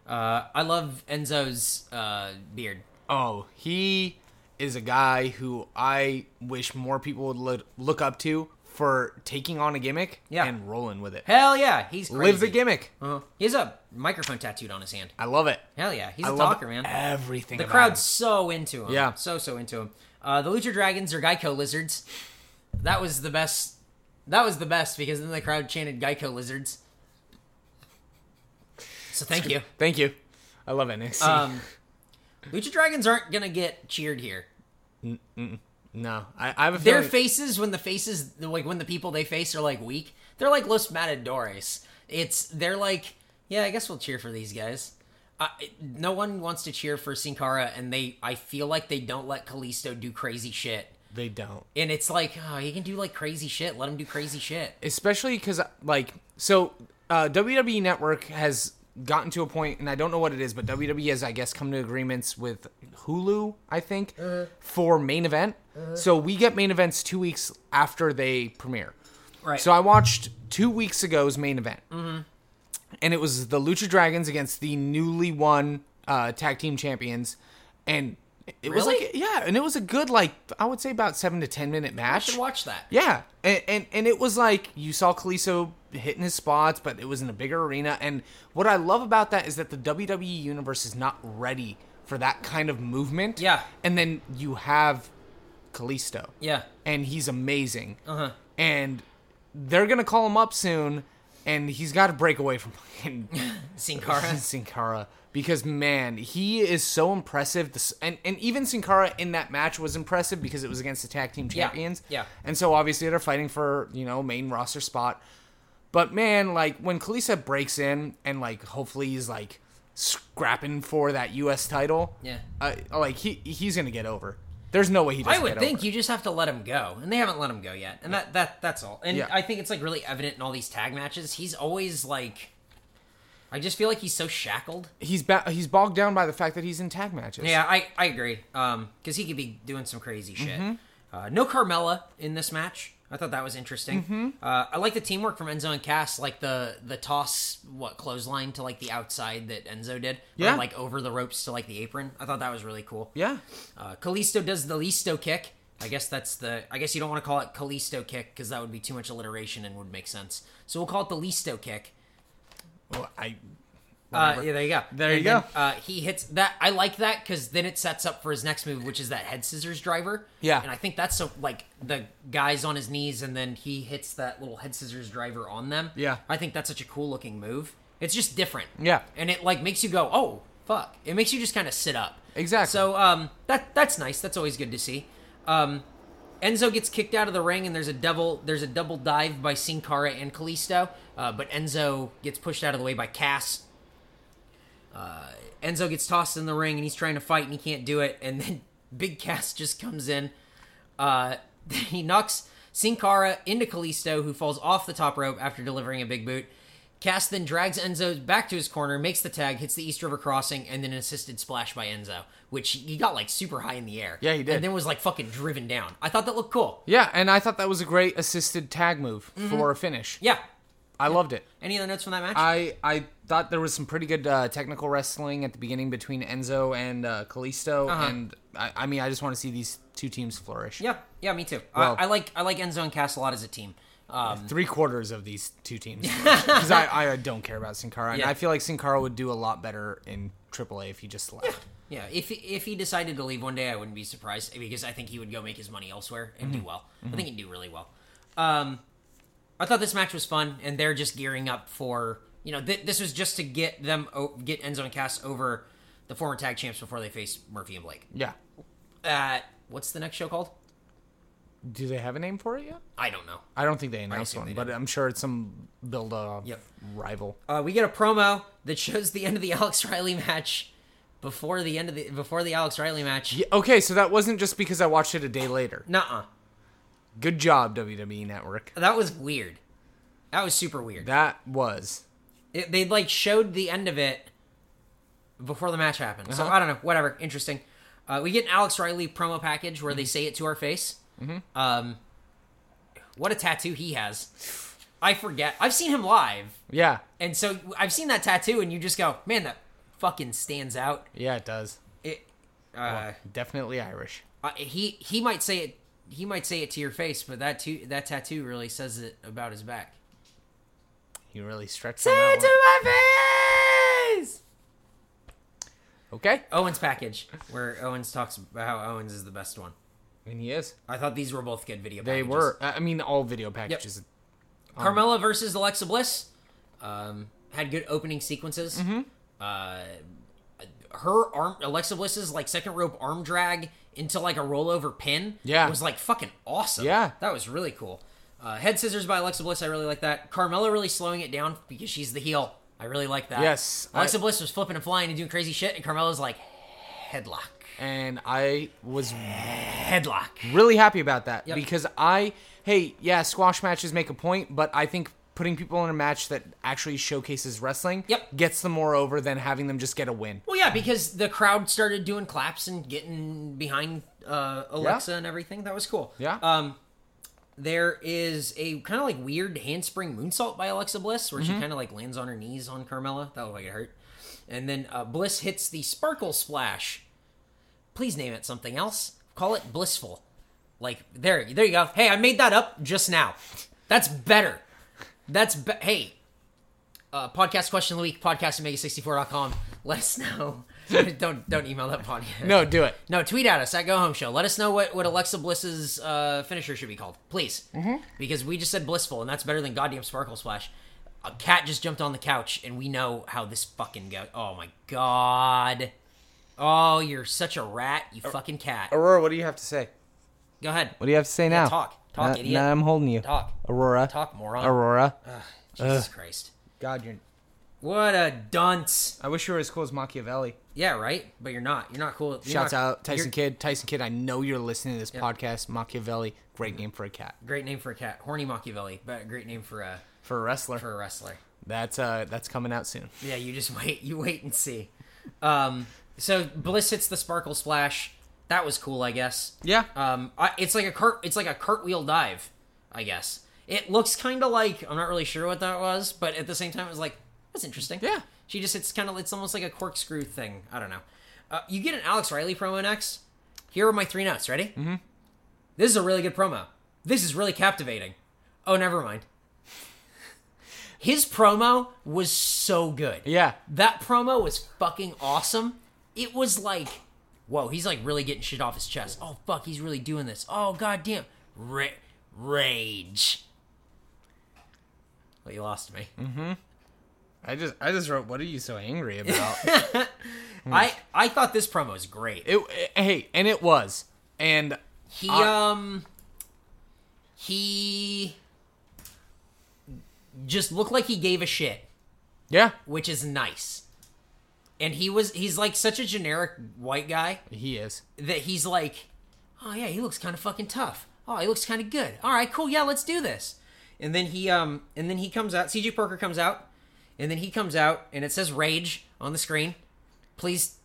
[SPEAKER 3] Uh, I love Enzo's uh, beard.
[SPEAKER 4] Oh, he is a guy who I wish more people would lo- look up to for taking on a gimmick
[SPEAKER 3] Yeah.
[SPEAKER 4] and rolling with it.
[SPEAKER 3] Hell yeah, he's crazy.
[SPEAKER 4] Live the gimmick.
[SPEAKER 3] Uh-huh. He has a microphone tattooed on his hand.
[SPEAKER 4] I love it.
[SPEAKER 3] Hell yeah, he's
[SPEAKER 4] I
[SPEAKER 3] a
[SPEAKER 4] love
[SPEAKER 3] talker, man.
[SPEAKER 4] everything.
[SPEAKER 3] The
[SPEAKER 4] about
[SPEAKER 3] crowd's
[SPEAKER 4] him.
[SPEAKER 3] so into him.
[SPEAKER 4] Yeah.
[SPEAKER 3] So, so into him. Uh, the Lucha Dragons are Geico Lizards. That was the best. That was the best because then the crowd chanted Geico Lizards. So thank you.
[SPEAKER 4] Thank you. I love NXT.
[SPEAKER 3] Um, Lucha Dragons aren't going to get cheered here.
[SPEAKER 4] no, I, I have a
[SPEAKER 3] Their
[SPEAKER 4] feeling.
[SPEAKER 3] faces, when the faces, like when the people they face are like weak, they're like Los Matadores. It's, they're like, yeah, I guess we'll cheer for these guys. Uh, no one wants to cheer for Sin Cara, and they, I feel like they don't let Kalisto do crazy shit.
[SPEAKER 4] they don't.
[SPEAKER 3] And it's like, oh, he can do like crazy shit. Let him do crazy shit.
[SPEAKER 4] especially because like so uh, WWE Network has gotten to a point, and I don't know what it is, but WWE has I guess come to agreements with Hulu, I think,
[SPEAKER 3] Mm-hmm.
[SPEAKER 4] for main event. So we get main events two weeks after they premiere.
[SPEAKER 3] Right.
[SPEAKER 4] So I watched two weeks ago's main event,
[SPEAKER 3] Mm-hmm.
[SPEAKER 4] and it was the Lucha Dragons against the newly won uh, tag team champions, and. It was
[SPEAKER 3] Really?
[SPEAKER 4] like yeah, and it was a good like I would say about seven to ten minute match.
[SPEAKER 3] should watch that.
[SPEAKER 4] Yeah, and, and and it was like you saw Kalisto hitting his spots, but it was in a bigger arena. And what I love about that is that the WWE universe is E not ready for that kind of movement.
[SPEAKER 3] Yeah.
[SPEAKER 4] And then you have Kalisto.
[SPEAKER 3] Yeah.
[SPEAKER 4] And he's amazing. Uh-huh. And they're going to call him up soon and he's got to break away from <laughs> fucking
[SPEAKER 3] Sin Cara.
[SPEAKER 4] <laughs> Sin Cara because man, he is so impressive. This, and and even Sin Cara in that match was impressive because it was against the tag team
[SPEAKER 3] Yeah,
[SPEAKER 4] champions.
[SPEAKER 3] yeah.
[SPEAKER 4] And so obviously they're fighting for you know main roster spot. But man, like when Kalisa breaks in and like hopefully he's like scrapping for that U.S. title.
[SPEAKER 3] Yeah.
[SPEAKER 4] Uh, like he he's gonna get over. There's no way he doesn't.
[SPEAKER 3] I would
[SPEAKER 4] get
[SPEAKER 3] think
[SPEAKER 4] over.
[SPEAKER 3] you just have to let him go, and they haven't let him go yet, and that that that's all. And
[SPEAKER 4] Yeah.
[SPEAKER 3] I think it's like really evident in all these tag matches. He's always like, I just feel like he's so shackled.
[SPEAKER 4] he's ba- he's bogged down by the fact that he's in tag matches.
[SPEAKER 3] Yeah, I I agree. Um, because he could be doing some crazy shit.
[SPEAKER 4] Mm-hmm.
[SPEAKER 3] Uh, no Carmella in this match. I thought that was interesting.
[SPEAKER 4] Mm-hmm.
[SPEAKER 3] Uh, I like the teamwork from Enzo and Cass, like the the toss what clothesline to like the outside that Enzo did.
[SPEAKER 4] Yeah.
[SPEAKER 3] or, like over the ropes to like the apron. I thought that was really cool.
[SPEAKER 4] Yeah.
[SPEAKER 3] Uh, Callisto does the Listo kick. I guess that's the. I guess you don't want to call it Callisto kick because that would be too much alliteration and would make sense. So we'll call it the Listo kick.
[SPEAKER 4] Well, I
[SPEAKER 3] Uh, yeah, there you go.
[SPEAKER 4] There
[SPEAKER 3] And
[SPEAKER 4] you
[SPEAKER 3] then,
[SPEAKER 4] go.
[SPEAKER 3] Uh, he hits that. I like that because then it sets up for his next move, which is that head scissors driver.
[SPEAKER 4] Yeah.
[SPEAKER 3] and I think that's so like the guy's on his knees and then he hits that little head scissors driver on them.
[SPEAKER 4] Yeah.
[SPEAKER 3] I think that's such a cool looking move. It's just different.
[SPEAKER 4] Yeah.
[SPEAKER 3] and it like makes you go, oh fuck. It makes you just kind of sit up.
[SPEAKER 4] Exactly.
[SPEAKER 3] So um, that that's nice. That's always good to see. Um, Enzo gets kicked out of the ring, and there's a double there's a double dive by Sin Cara and Kalisto, uh, but Enzo gets pushed out of the way by Cass. Uh, Enzo gets tossed in the ring, and he's trying to fight, and he can't do it, and then <laughs> Big Cass just comes in. Uh, <laughs> he knocks Sin Cara into Kalisto, who falls off the top rope after delivering a big boot. Cass then drags Enzo back to his corner, makes the tag, hits the East River Crossing, and then an assisted splash by Enzo, which he got like super high in the air.
[SPEAKER 4] Yeah, he did.
[SPEAKER 3] And then was like fucking driven down. I thought that looked cool.
[SPEAKER 4] yeah, and I thought that was a great assisted tag move
[SPEAKER 3] Mm-hmm.
[SPEAKER 4] for a finish.
[SPEAKER 3] Yeah.
[SPEAKER 4] I loved it.
[SPEAKER 3] Any other notes from that match?
[SPEAKER 4] I I thought there was some pretty good uh, technical wrestling at the beginning between Enzo and uh, Kalisto, and I, I mean I just want to see these two teams flourish.
[SPEAKER 3] yeah, yeah, me too.
[SPEAKER 4] Well-
[SPEAKER 3] I, I like I like Enzo and Cass a lot as a team. Um,
[SPEAKER 4] Three quarters of these two <laughs> teams, because I, I don't care about Sin Cara, and
[SPEAKER 3] Yeah.
[SPEAKER 4] I feel like Sin Cara would do a lot better in AAA if he just left.
[SPEAKER 3] yeah, if if he decided to leave one day, I wouldn't be surprised because I think he would go make his money elsewhere and do well. I think he'd do really well. Um, I thought this match was fun, and they're just gearing up for you know th- this was just to get them o- get Enzo and Cass over the former tag champs before they face Murphy and Blake.
[SPEAKER 4] Yeah.
[SPEAKER 3] Uh, what's the next show called?
[SPEAKER 4] Do they have a name for it yet?
[SPEAKER 3] I don't know.
[SPEAKER 4] I don't think they announced
[SPEAKER 3] assume
[SPEAKER 4] one,
[SPEAKER 3] they
[SPEAKER 4] but I'm sure it's some build up
[SPEAKER 3] Yep.
[SPEAKER 4] rival.
[SPEAKER 3] Uh, we get a promo that shows the end of the <laughs> Alex Riley match before the end of the before the Alex Riley match.
[SPEAKER 4] Yeah, okay, so that wasn't just because I watched it a day later.
[SPEAKER 3] Nuh-uh.
[SPEAKER 4] Good job, WWE Network.
[SPEAKER 3] That was weird. That was super weird.
[SPEAKER 4] That was
[SPEAKER 3] It, they like showed the end of it before the match happened. So I don't know. Whatever. Interesting. Uh, we get an Alex Riley promo package where they say it to our face. Um, what a tattoo he has. I forget. I've seen him live,
[SPEAKER 4] yeah,
[SPEAKER 3] and so I've seen that tattoo, and you just go, "Man, that fucking stands out."
[SPEAKER 4] yeah, it does.
[SPEAKER 3] It. Uh,
[SPEAKER 4] Definitely Irish.
[SPEAKER 3] Uh, he he might say it he might say it to your face, but that too that tattoo really says it about his back.
[SPEAKER 4] You really stretch
[SPEAKER 3] Say
[SPEAKER 4] that
[SPEAKER 3] it to
[SPEAKER 4] one.
[SPEAKER 3] my face.
[SPEAKER 4] Okay,
[SPEAKER 3] Owens package, where Owens talks about how Owens is the best one.
[SPEAKER 4] and he is.
[SPEAKER 3] I thought these were both good video.
[SPEAKER 4] They
[SPEAKER 3] packages.
[SPEAKER 4] were. um, I I mean, all video packages.
[SPEAKER 3] Carmella versus Alexa Bliss. Um, had good opening sequences.
[SPEAKER 4] Mm-hmm.
[SPEAKER 3] Uh, her arm, Alexa Bliss's like second rope arm drag into like a rollover pin.
[SPEAKER 4] Yeah.
[SPEAKER 3] was like fucking awesome.
[SPEAKER 4] Yeah.
[SPEAKER 3] that was really cool. Uh, head scissors by Alexa Bliss. I really like that. Carmella really slowing it down because she's the heel. I really like that.
[SPEAKER 4] Yes, I-
[SPEAKER 3] Alexa Bliss was flipping and flying and doing crazy shit, and Carmella's like headlock,
[SPEAKER 4] And I was
[SPEAKER 3] headlock.
[SPEAKER 4] really happy about that because I, hey, yeah, squash matches make a point, but I think putting people in a match that actually showcases wrestling
[SPEAKER 3] Yep.
[SPEAKER 4] gets them more over than having them just get a win.
[SPEAKER 3] Well, yeah, because the crowd started doing claps and getting behind uh, Alexa and everything. That was cool.
[SPEAKER 4] Yeah.
[SPEAKER 3] Um, there is a kind of like weird handspring moonsault by Alexa Bliss, where she kind of like lands on her knees on Carmella. That looked like it hurt. And then uh, Bliss hits the sparkle splash. Please name it something else. Call it blissful. Like there, there you go. Hey, I made that up just now. That's better. That's be- hey. Uh, podcast question of the week, podcast at mega64.com. Let us know <laughs> don't don't email that pod yet.
[SPEAKER 4] No, do it.
[SPEAKER 3] No, tweet at us at Go Home Show. Let us know what, what Alexa Bliss's uh, finisher should be called, please. Mm-hmm. Because we just said blissful, and that's better than goddamn Sparkle Splash. A cat just jumped on the couch, and we know how this fucking go. Oh my god. Oh, you're such a rat, you fucking cat.
[SPEAKER 4] Aurora, what do you have to say?
[SPEAKER 3] Go ahead.
[SPEAKER 4] What do you have to say
[SPEAKER 3] Yeah,
[SPEAKER 4] now?
[SPEAKER 3] talk. Talk,
[SPEAKER 4] Now-
[SPEAKER 3] idiot.
[SPEAKER 4] Now I'm holding you.
[SPEAKER 3] Talk.
[SPEAKER 4] Aurora.
[SPEAKER 3] Talk, moron. Ah.
[SPEAKER 4] Aurora.
[SPEAKER 3] Jesus Christ.
[SPEAKER 4] God, you're.
[SPEAKER 3] What a dunce.
[SPEAKER 4] I wish you were as cool as Machiavelli.
[SPEAKER 3] Yeah, right? But you're not. You're not cool. You're
[SPEAKER 4] Shouts
[SPEAKER 3] not-
[SPEAKER 4] out Tyson
[SPEAKER 3] you're-
[SPEAKER 4] Kidd. Tyson Kidd, I know you're listening to this podcast. Machiavelli, great name for a cat.
[SPEAKER 3] Great name for a cat. Horny Machiavelli. But great name for a,
[SPEAKER 4] For a wrestler.
[SPEAKER 3] for a wrestler.
[SPEAKER 4] That's uh that's coming out soon.
[SPEAKER 3] Yeah, you just <laughs> wait. You wait and see. Um, so Bliss hits the Sparkle Splash. That was cool, I guess.
[SPEAKER 4] Yeah.
[SPEAKER 3] Um, I, it's like a curt. It's like a cartwheel dive, I guess. It looks kind of like I'm not really sure what that was, but at the same time, it was like that's interesting.
[SPEAKER 4] Yeah.
[SPEAKER 3] She just it's kind of it's almost like a corkscrew thing. I don't know. Uh, you get an Alex Riley promo next. Here are my three notes. Ready? Mm-hmm. This is a really good promo. This is really captivating. Oh, never mind. <laughs> His promo was so good.
[SPEAKER 4] Yeah.
[SPEAKER 3] That promo was fucking awesome. It was like, whoa, he's like really getting shit off his chest. Oh fuck, he's really doing this. Oh goddamn, Ra- rage. Well, you lost me.
[SPEAKER 4] I just I just wrote what are you so angry about?
[SPEAKER 3] I I thought this promo was great.
[SPEAKER 4] <laughs> it, it- hey, and it was. And
[SPEAKER 3] He
[SPEAKER 4] I-
[SPEAKER 3] um he just looked like he gave a shit,
[SPEAKER 4] yeah,
[SPEAKER 3] which is nice. And he was he's like such a generic white guy.
[SPEAKER 4] he is.
[SPEAKER 3] that he's like, oh yeah, he looks kind of fucking tough. Oh, he looks kind of good. All right, cool. Yeah, let's do this. And then he um and then he comes out. CJ Parker comes out, and then he comes out, and it says rage on the screen. Please,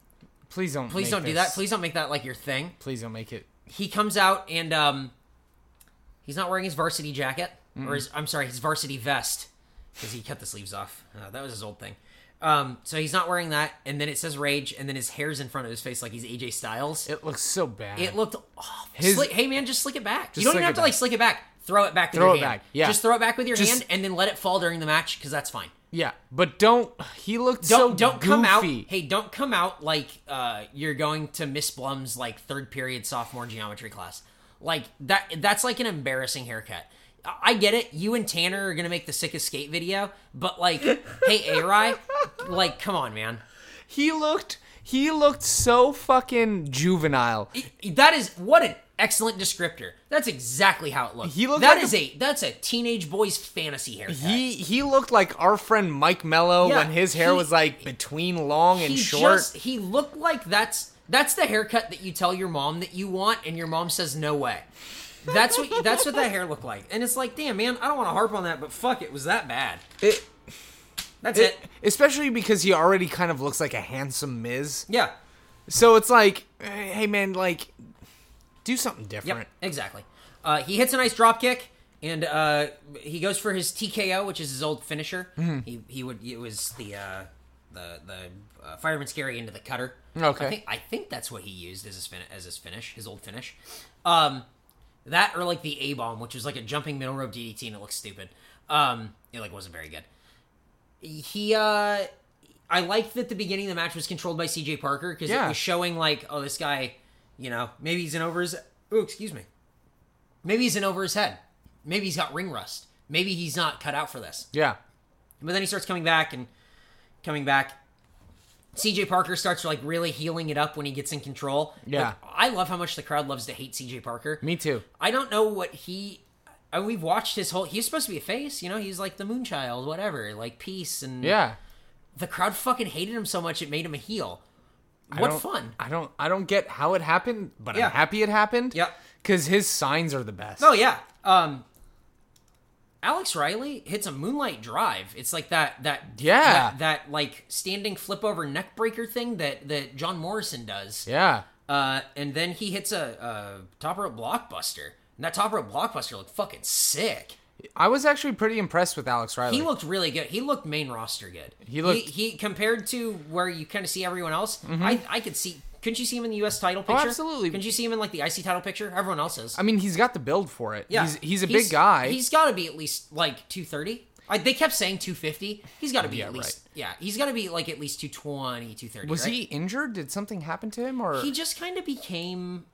[SPEAKER 4] Please don't
[SPEAKER 3] please
[SPEAKER 4] make
[SPEAKER 3] don't do
[SPEAKER 4] this-
[SPEAKER 3] that. Please don't make that like your thing.
[SPEAKER 4] please don't make it.
[SPEAKER 3] He comes out and um, he's not wearing his varsity jacket or his I'm sorry, his varsity vest because he cut the sleeves off. Uh, that was his old thing. Um, so he's not wearing that, and then it says rage, and then his hair's in front of his face like he's AJ Styles.
[SPEAKER 4] It looks so bad.
[SPEAKER 3] It looked awful.
[SPEAKER 4] His-
[SPEAKER 3] Slick- hey man, just slick it back. You
[SPEAKER 4] Just
[SPEAKER 3] don't even
[SPEAKER 4] slick
[SPEAKER 3] have
[SPEAKER 4] it
[SPEAKER 3] to like
[SPEAKER 4] back.
[SPEAKER 3] slick it back. Throw it back. With
[SPEAKER 4] Throw
[SPEAKER 3] your
[SPEAKER 4] it
[SPEAKER 3] hand.
[SPEAKER 4] back, yeah.
[SPEAKER 3] Just throw it back with your
[SPEAKER 4] Just-
[SPEAKER 3] hand and then let it fall during the match because that's fine.
[SPEAKER 4] yeah, but don't he looked
[SPEAKER 3] Don't
[SPEAKER 4] so
[SPEAKER 3] don't come out.
[SPEAKER 4] goofy.
[SPEAKER 3] Hey, don't come out like uh, you're going to Miss Blum's like third period sophomore geometry class. Like that. That's like an embarrassing haircut. I- I get it. You and Tanner are gonna make the sickest skate video, but like, hey, Ari, like, come on, man.
[SPEAKER 4] He looked he looked so fucking juvenile.
[SPEAKER 3] That is what an excellent descriptor. That's exactly how it looked.
[SPEAKER 4] He looked
[SPEAKER 3] That
[SPEAKER 4] like
[SPEAKER 3] is a, that's a teenage boy's fantasy haircut.
[SPEAKER 4] He he looked like our friend Mike Mello
[SPEAKER 3] Yeah,
[SPEAKER 4] when his hair
[SPEAKER 3] he-
[SPEAKER 4] was like between long and
[SPEAKER 3] He
[SPEAKER 4] short.
[SPEAKER 3] just he looked like that's that's the haircut that you tell your mom that you want, and your mom says no way. That's what that's what that hair looked like, and it's like, damn man, I don't want to harp on that, but fuck, it was that bad.
[SPEAKER 4] It-
[SPEAKER 3] That's
[SPEAKER 4] it-
[SPEAKER 3] it.
[SPEAKER 4] especially because he already kind of looks like a handsome Miz.
[SPEAKER 3] Yeah.
[SPEAKER 4] So it's like, eh, hey man, like, do something
[SPEAKER 3] Yep.
[SPEAKER 4] different.
[SPEAKER 3] Exactly. Uh, he hits a nice drop kick, and uh, he goes for his TKO, which is his old finisher.
[SPEAKER 4] Mm-hmm.
[SPEAKER 3] He he would it was the uh, the the uh, fireman's carry into the cutter.
[SPEAKER 4] Okay.
[SPEAKER 3] I think I think that's what he used as his fin- as his finish, his old finish. Um, that or like the A bomb, which was like a jumping middle rope DDT, and it looked stupid. Um, it like wasn't very good. He uh. I liked that the beginning of the match was controlled by CJ Parker because it
[SPEAKER 4] Yeah.
[SPEAKER 3] was showing like, oh, this guy, you know, maybe he's in over his. Ooh, excuse me. Maybe he's in over his head. Maybe he's got ring rust. Maybe he's not cut out for this.
[SPEAKER 4] Yeah.
[SPEAKER 3] But then he starts coming back and coming back. CJ Parker starts like really healing it up when he gets in control.
[SPEAKER 4] Yeah.
[SPEAKER 3] Like, I love how much the crowd loves to hate CJ Parker.
[SPEAKER 4] Me too.
[SPEAKER 3] I don't know what he. I we've watched his whole. He's supposed to be a face, you know. He's like the Moonchild, whatever, like peace and
[SPEAKER 4] Yeah.
[SPEAKER 3] The crowd fucking hated him so much it made him a heel.
[SPEAKER 4] I
[SPEAKER 3] What
[SPEAKER 4] don't-
[SPEAKER 3] fun?
[SPEAKER 4] I don't. I don't get how it happened, but
[SPEAKER 3] Yeah.
[SPEAKER 4] I'm happy it happened.
[SPEAKER 3] Yep.
[SPEAKER 4] Because his signs are the best.
[SPEAKER 3] Oh yeah. Um Alex Riley hits a moonlight drive. It's like that that
[SPEAKER 4] Yeah.
[SPEAKER 3] that, that, like standing flip over neck breaker thing that that John Morrison does.
[SPEAKER 4] Yeah.
[SPEAKER 3] Uh and then he hits a, a top rope blockbuster. And that top rope blockbuster looked fucking sick.
[SPEAKER 4] I was actually pretty impressed with Alex Riley.
[SPEAKER 3] He looked really good. He looked main roster good.
[SPEAKER 4] Oh, He looked- Mm-hmm.
[SPEAKER 3] he, compared to where you kind of see everyone else. I I could see. Couldn't you see him in the U.S. title picture?
[SPEAKER 4] Oh, absolutely.
[SPEAKER 3] Couldn't you see him in like the IC title picture? Everyone else is.
[SPEAKER 4] I mean, he's got the build for it.
[SPEAKER 3] Yeah,
[SPEAKER 4] He's, he's a big guy.
[SPEAKER 3] He's got to be at least like two thirty. I, they kept saying 250. He's got to be
[SPEAKER 4] Oh, Yeah,
[SPEAKER 3] at least yeah. He's got to be like at least 220, 230.
[SPEAKER 4] Was
[SPEAKER 3] right?
[SPEAKER 4] he injured? Did something happen to him? Or
[SPEAKER 3] He just kind of became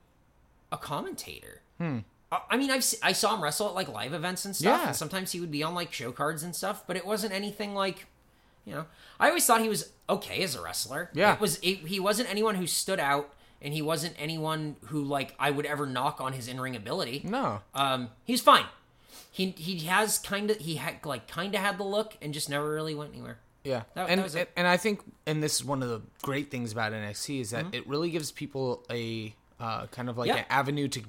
[SPEAKER 3] a commentator. Hmm. I, I mean, I've se- I saw him wrestle at like live events and stuff,
[SPEAKER 4] Yeah.
[SPEAKER 3] and sometimes he would be on like show cards and stuff, but it wasn't anything like. You know, I always thought he was okay as a wrestler.
[SPEAKER 4] Yeah.
[SPEAKER 3] it was. It, he wasn't anyone who stood out, and he wasn't anyone who like I would ever knock on his in ring ability.
[SPEAKER 4] no?
[SPEAKER 3] Um, he's fine. He he has kind of he had like kind of had the look and just never really went anywhere.
[SPEAKER 4] Yeah,
[SPEAKER 3] That-
[SPEAKER 4] and
[SPEAKER 3] that was it.
[SPEAKER 4] and I think and this is one of the great things about NXT is that it really gives people a uh, kind of like
[SPEAKER 3] Mm-hmm. Yeah.
[SPEAKER 4] an avenue to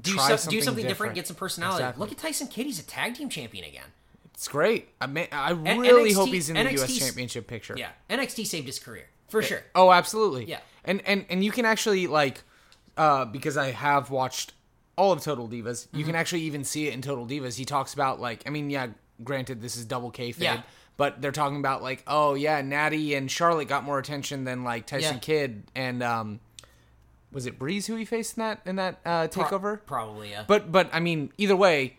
[SPEAKER 3] Do
[SPEAKER 4] try
[SPEAKER 3] so-
[SPEAKER 4] something
[SPEAKER 3] do something different,
[SPEAKER 4] different.
[SPEAKER 3] get some personality.
[SPEAKER 4] Exactly.
[SPEAKER 3] Look at Tyson Kidd; he's a tag team champion again.
[SPEAKER 4] It's great. I mean, I
[SPEAKER 3] And
[SPEAKER 4] really
[SPEAKER 3] NXT
[SPEAKER 4] hope he's in the U.S.
[SPEAKER 3] 's
[SPEAKER 4] Championship picture.
[SPEAKER 3] Yeah, NXT saved his career for sure.
[SPEAKER 4] Oh, absolutely.
[SPEAKER 3] Yeah.
[SPEAKER 4] And and and you can actually like, uh, because I have watched all of Total Divas.
[SPEAKER 3] Mm-hmm.
[SPEAKER 4] You can actually even see it in Total Divas. He talks about like, I mean, yeah, granted, this is double kayfabe,
[SPEAKER 3] Yeah.
[SPEAKER 4] but they're talking about like, oh yeah, Natty and Charlotte got more attention than like Tyson
[SPEAKER 3] Yeah.
[SPEAKER 4] Kidd and um, was it Breeze who he faced in that in that uh,
[SPEAKER 3] Pro-
[SPEAKER 4] takeover?
[SPEAKER 3] probably. Yeah.
[SPEAKER 4] But but I mean, either way,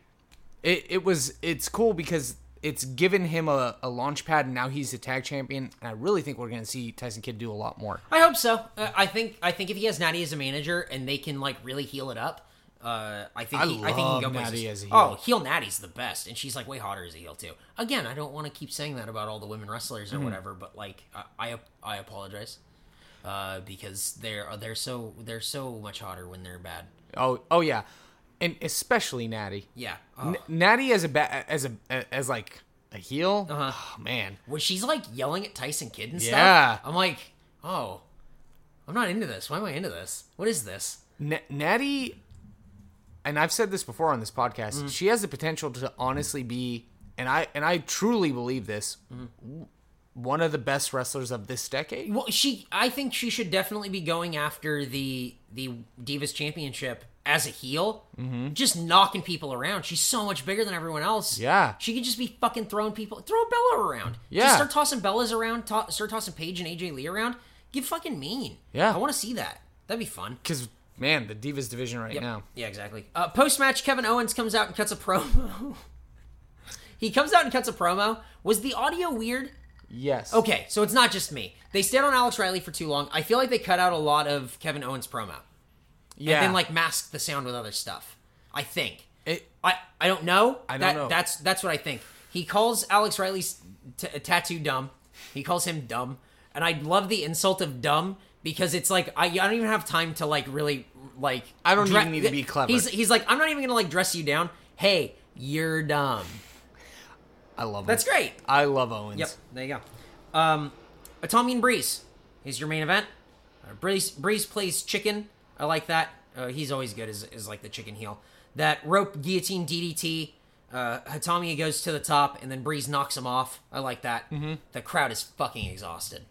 [SPEAKER 4] it, it was it's cool because it's given him a, a launch pad and now he's the tag champion. And I really think we're gonna see Tyson Kidd do a lot more.
[SPEAKER 3] I hope so. Uh, I think I think if he has Natty as a manager and they can like really heal it up, uh, I think
[SPEAKER 4] I
[SPEAKER 3] he, I think he can
[SPEAKER 4] love
[SPEAKER 3] go
[SPEAKER 4] Natty
[SPEAKER 3] places.
[SPEAKER 4] as a heel.
[SPEAKER 3] Oh, heel Natty's the best, and she's like way hotter as a heel too. Again, I don't want to keep saying that about all the women wrestlers
[SPEAKER 4] Mm-hmm.
[SPEAKER 3] or whatever, but like I I, I apologize uh, because they're they're so they're so much hotter when they're bad.
[SPEAKER 4] Oh oh yeah, and especially Natty.
[SPEAKER 3] Yeah. Oh.
[SPEAKER 4] N- Natty as a ba- as a as like a heel. Oh man,
[SPEAKER 3] when she's like yelling at Tyson Kidd and stuff,
[SPEAKER 4] Yeah.
[SPEAKER 3] I'm like, oh, I'm not into this. Why am I into this? What is this?
[SPEAKER 4] N- Natty, and I've said this before on this podcast. She has the potential to honestly be, and I and I truly believe this. w- One of the best wrestlers of this decade.
[SPEAKER 3] Well, she, I think she should definitely be going after the the Divas Championship as a heel,
[SPEAKER 4] Mm-hmm.
[SPEAKER 3] just knocking people around. She's so much bigger than everyone else.
[SPEAKER 4] Yeah.
[SPEAKER 3] she could just be fucking throwing people, throw Bella around.
[SPEAKER 4] Yeah.
[SPEAKER 3] just start tossing Bellas around, to- start tossing Paige and AJ Lee around. Get fucking mean.
[SPEAKER 4] Yeah.
[SPEAKER 3] I want to see that. That'd be fun.
[SPEAKER 4] Because man, the Divas division right
[SPEAKER 3] Yep.
[SPEAKER 4] now.
[SPEAKER 3] Yeah, exactly. Uh, Post match, Kevin Owens comes out and cuts a promo. <laughs> he comes out and cuts a promo. Was the audio weird?
[SPEAKER 4] Yes.
[SPEAKER 3] Okay, so it's not just me. They stayed on Alex Riley for too long. I feel like they cut out a lot of Kevin Owens promo
[SPEAKER 4] Yeah.
[SPEAKER 3] and then like masked the sound with other stuff. I think.
[SPEAKER 4] it,
[SPEAKER 3] I I don't know.
[SPEAKER 4] I don't
[SPEAKER 3] that,
[SPEAKER 4] know.
[SPEAKER 3] That's that's what I think. He calls Alex Riley's t- tattoo dumb. He calls him dumb, and I love the insult of dumb because it's like I, I don't even have time to like really like.
[SPEAKER 4] I don't even need to be clever.
[SPEAKER 3] He's he's like I'm not even gonna like dress you down. Hey, you're dumb.
[SPEAKER 4] I love.
[SPEAKER 3] That's
[SPEAKER 4] him.
[SPEAKER 3] great.
[SPEAKER 4] I love Owens.
[SPEAKER 3] Yep, there you go. Um, Tommy and Breeze is your main event. Uh, Breeze Breeze plays chicken. I like that. Uh, he's always good as, as like the chicken heel. That rope guillotine DDT. Uh, Hatami goes to the top, and then Breeze knocks him off. I like that. The crowd is fucking exhausted.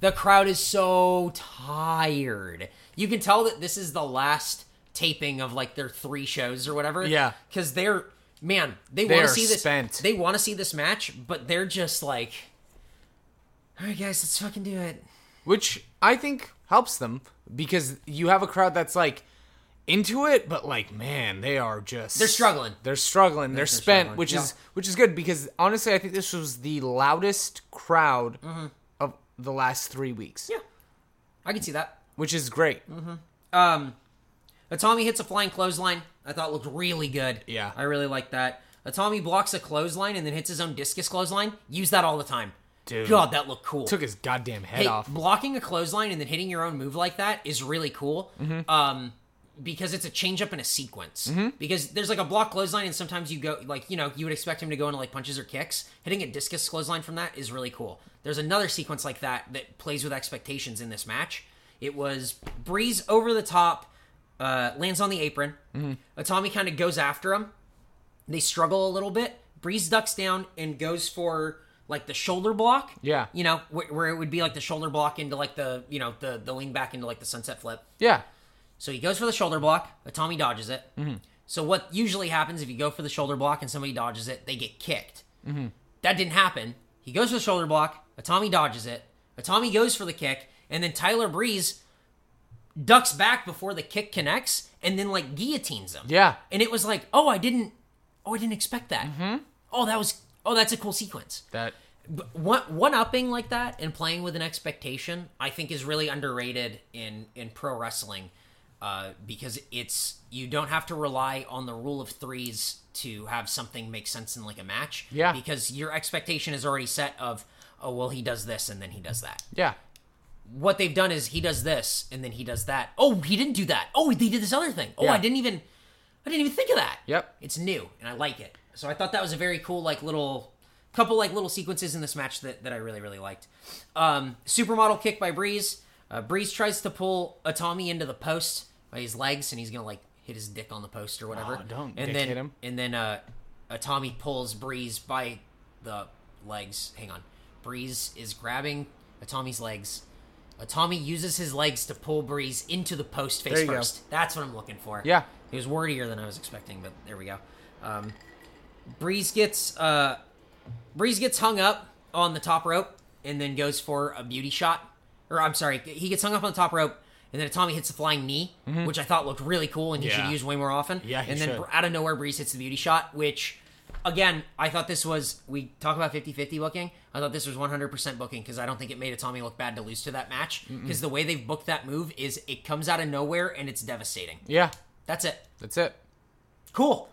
[SPEAKER 3] The crowd is so tired. You can tell that this is the last taping of like their three shows or whatever.
[SPEAKER 4] Yeah.
[SPEAKER 3] because they're man, they want
[SPEAKER 4] They're
[SPEAKER 3] to see this.
[SPEAKER 4] spent.
[SPEAKER 3] They want to see this match, but they're just like, all right, guys, let's fucking do it.
[SPEAKER 4] Which I think helps them because you have a crowd that's like into it, but like man, they are just
[SPEAKER 3] They're struggling.
[SPEAKER 4] They're struggling. They're, spent,
[SPEAKER 3] struggling.
[SPEAKER 4] which
[SPEAKER 3] Yeah.
[SPEAKER 4] is which is good because honestly, I think this was the loudest crowd of the last three weeks,
[SPEAKER 3] Mm-hmm. Yeah. I can see that.
[SPEAKER 4] which is great.
[SPEAKER 3] Um, Atami hits a flying clothesline. I thought looked really good.
[SPEAKER 4] Yeah.
[SPEAKER 3] I really like that. Atami blocks a clothesline and then hits his own discus clothesline. Use that all the time.
[SPEAKER 4] Dude.
[SPEAKER 3] God, that looked cool.
[SPEAKER 4] Took his goddamn head
[SPEAKER 3] Hey,
[SPEAKER 4] off.
[SPEAKER 3] blocking a clothesline and then hitting your own move like that is really cool.
[SPEAKER 4] Mm-hmm.
[SPEAKER 3] Um, because it's a change up in a sequence. Because there's like a block clothesline, and sometimes you go like you know you would expect him to go into like punches or kicks. Hitting a discus clothesline from that is really cool. There's another sequence like that that plays with expectations in this match. It was Breeze over the top, uh, lands on the apron.
[SPEAKER 4] Mm-hmm.
[SPEAKER 3] Atami kind of goes after him, they struggle a little bit. Breeze ducks down and goes for like the shoulder block.
[SPEAKER 4] Yeah.
[SPEAKER 3] You know, where, where it would be like the shoulder block into like the, you know, the, the lean back into like the sunset flip.
[SPEAKER 4] Yeah,
[SPEAKER 3] So he goes for the shoulder block. Tommy dodges it. So what usually happens if you go for the shoulder block and somebody dodges it, they get kicked. That didn't happen. He goes for the shoulder block. Tommy dodges it. Tommy goes for the kick, and then Tyler Breeze ducks back before the kick connects, and then like guillotines him.
[SPEAKER 4] Yeah.
[SPEAKER 3] And it was like, oh, I didn't, oh, I didn't expect that. Oh, that was oh, that's a cool sequence.
[SPEAKER 4] That
[SPEAKER 3] But one one upping like that and playing with an expectation, I think, is really underrated in in pro wrestling, uh, because it's you don't have to rely on the rule of threes to have something make sense in like a match.
[SPEAKER 4] Yeah.
[SPEAKER 3] because your expectation is already set of oh well he does this and then he does that.
[SPEAKER 4] yeah.
[SPEAKER 3] What they've done is he does this and then he does that. Oh, he didn't do that. Oh, they did this other thing. Oh,
[SPEAKER 4] Yeah.
[SPEAKER 3] I didn't even I didn't even think of that.
[SPEAKER 4] Yep.
[SPEAKER 3] It's new and I like it. So I thought that was a very cool like little couple like little sequences in this match that, that I really really liked. Um supermodel kick by Breeze. Uh, Breeze tries to pull Atami into the post by his legs and he's going to like hit his dick on the post or whatever.
[SPEAKER 4] Oh, don't
[SPEAKER 3] and
[SPEAKER 4] dick
[SPEAKER 3] then
[SPEAKER 4] hit him.
[SPEAKER 3] and then uh Atami pulls Breeze by the legs. Hang on. Breeze is grabbing Atami's legs. Atami uses his legs to pull Breeze into the post face
[SPEAKER 4] There you go.
[SPEAKER 3] first. That's what I'm looking for.
[SPEAKER 4] Yeah.
[SPEAKER 3] It was wordier than I was expecting, but there we go. Um, Breeze gets uh, Breeze gets hung up on the top rope and then goes for a beauty shot. Or I'm sorry, he gets hung up on the top rope and then Tommy hits the flying knee, which I thought looked really cool and he
[SPEAKER 4] Mm-hmm. Yeah.
[SPEAKER 3] should use way more often.
[SPEAKER 4] Yeah, he
[SPEAKER 3] and then
[SPEAKER 4] should.
[SPEAKER 3] Br- out of nowhere Breeze hits the beauty shot, which again, I thought this was we talk about 50-50 booking. I thought this was 100% booking because I don't think it made a Tommy look bad to lose to that match because the way they've booked that move is it comes out of nowhere and it's devastating.
[SPEAKER 4] Yeah.
[SPEAKER 3] That's it.
[SPEAKER 4] That's it.
[SPEAKER 3] Cool.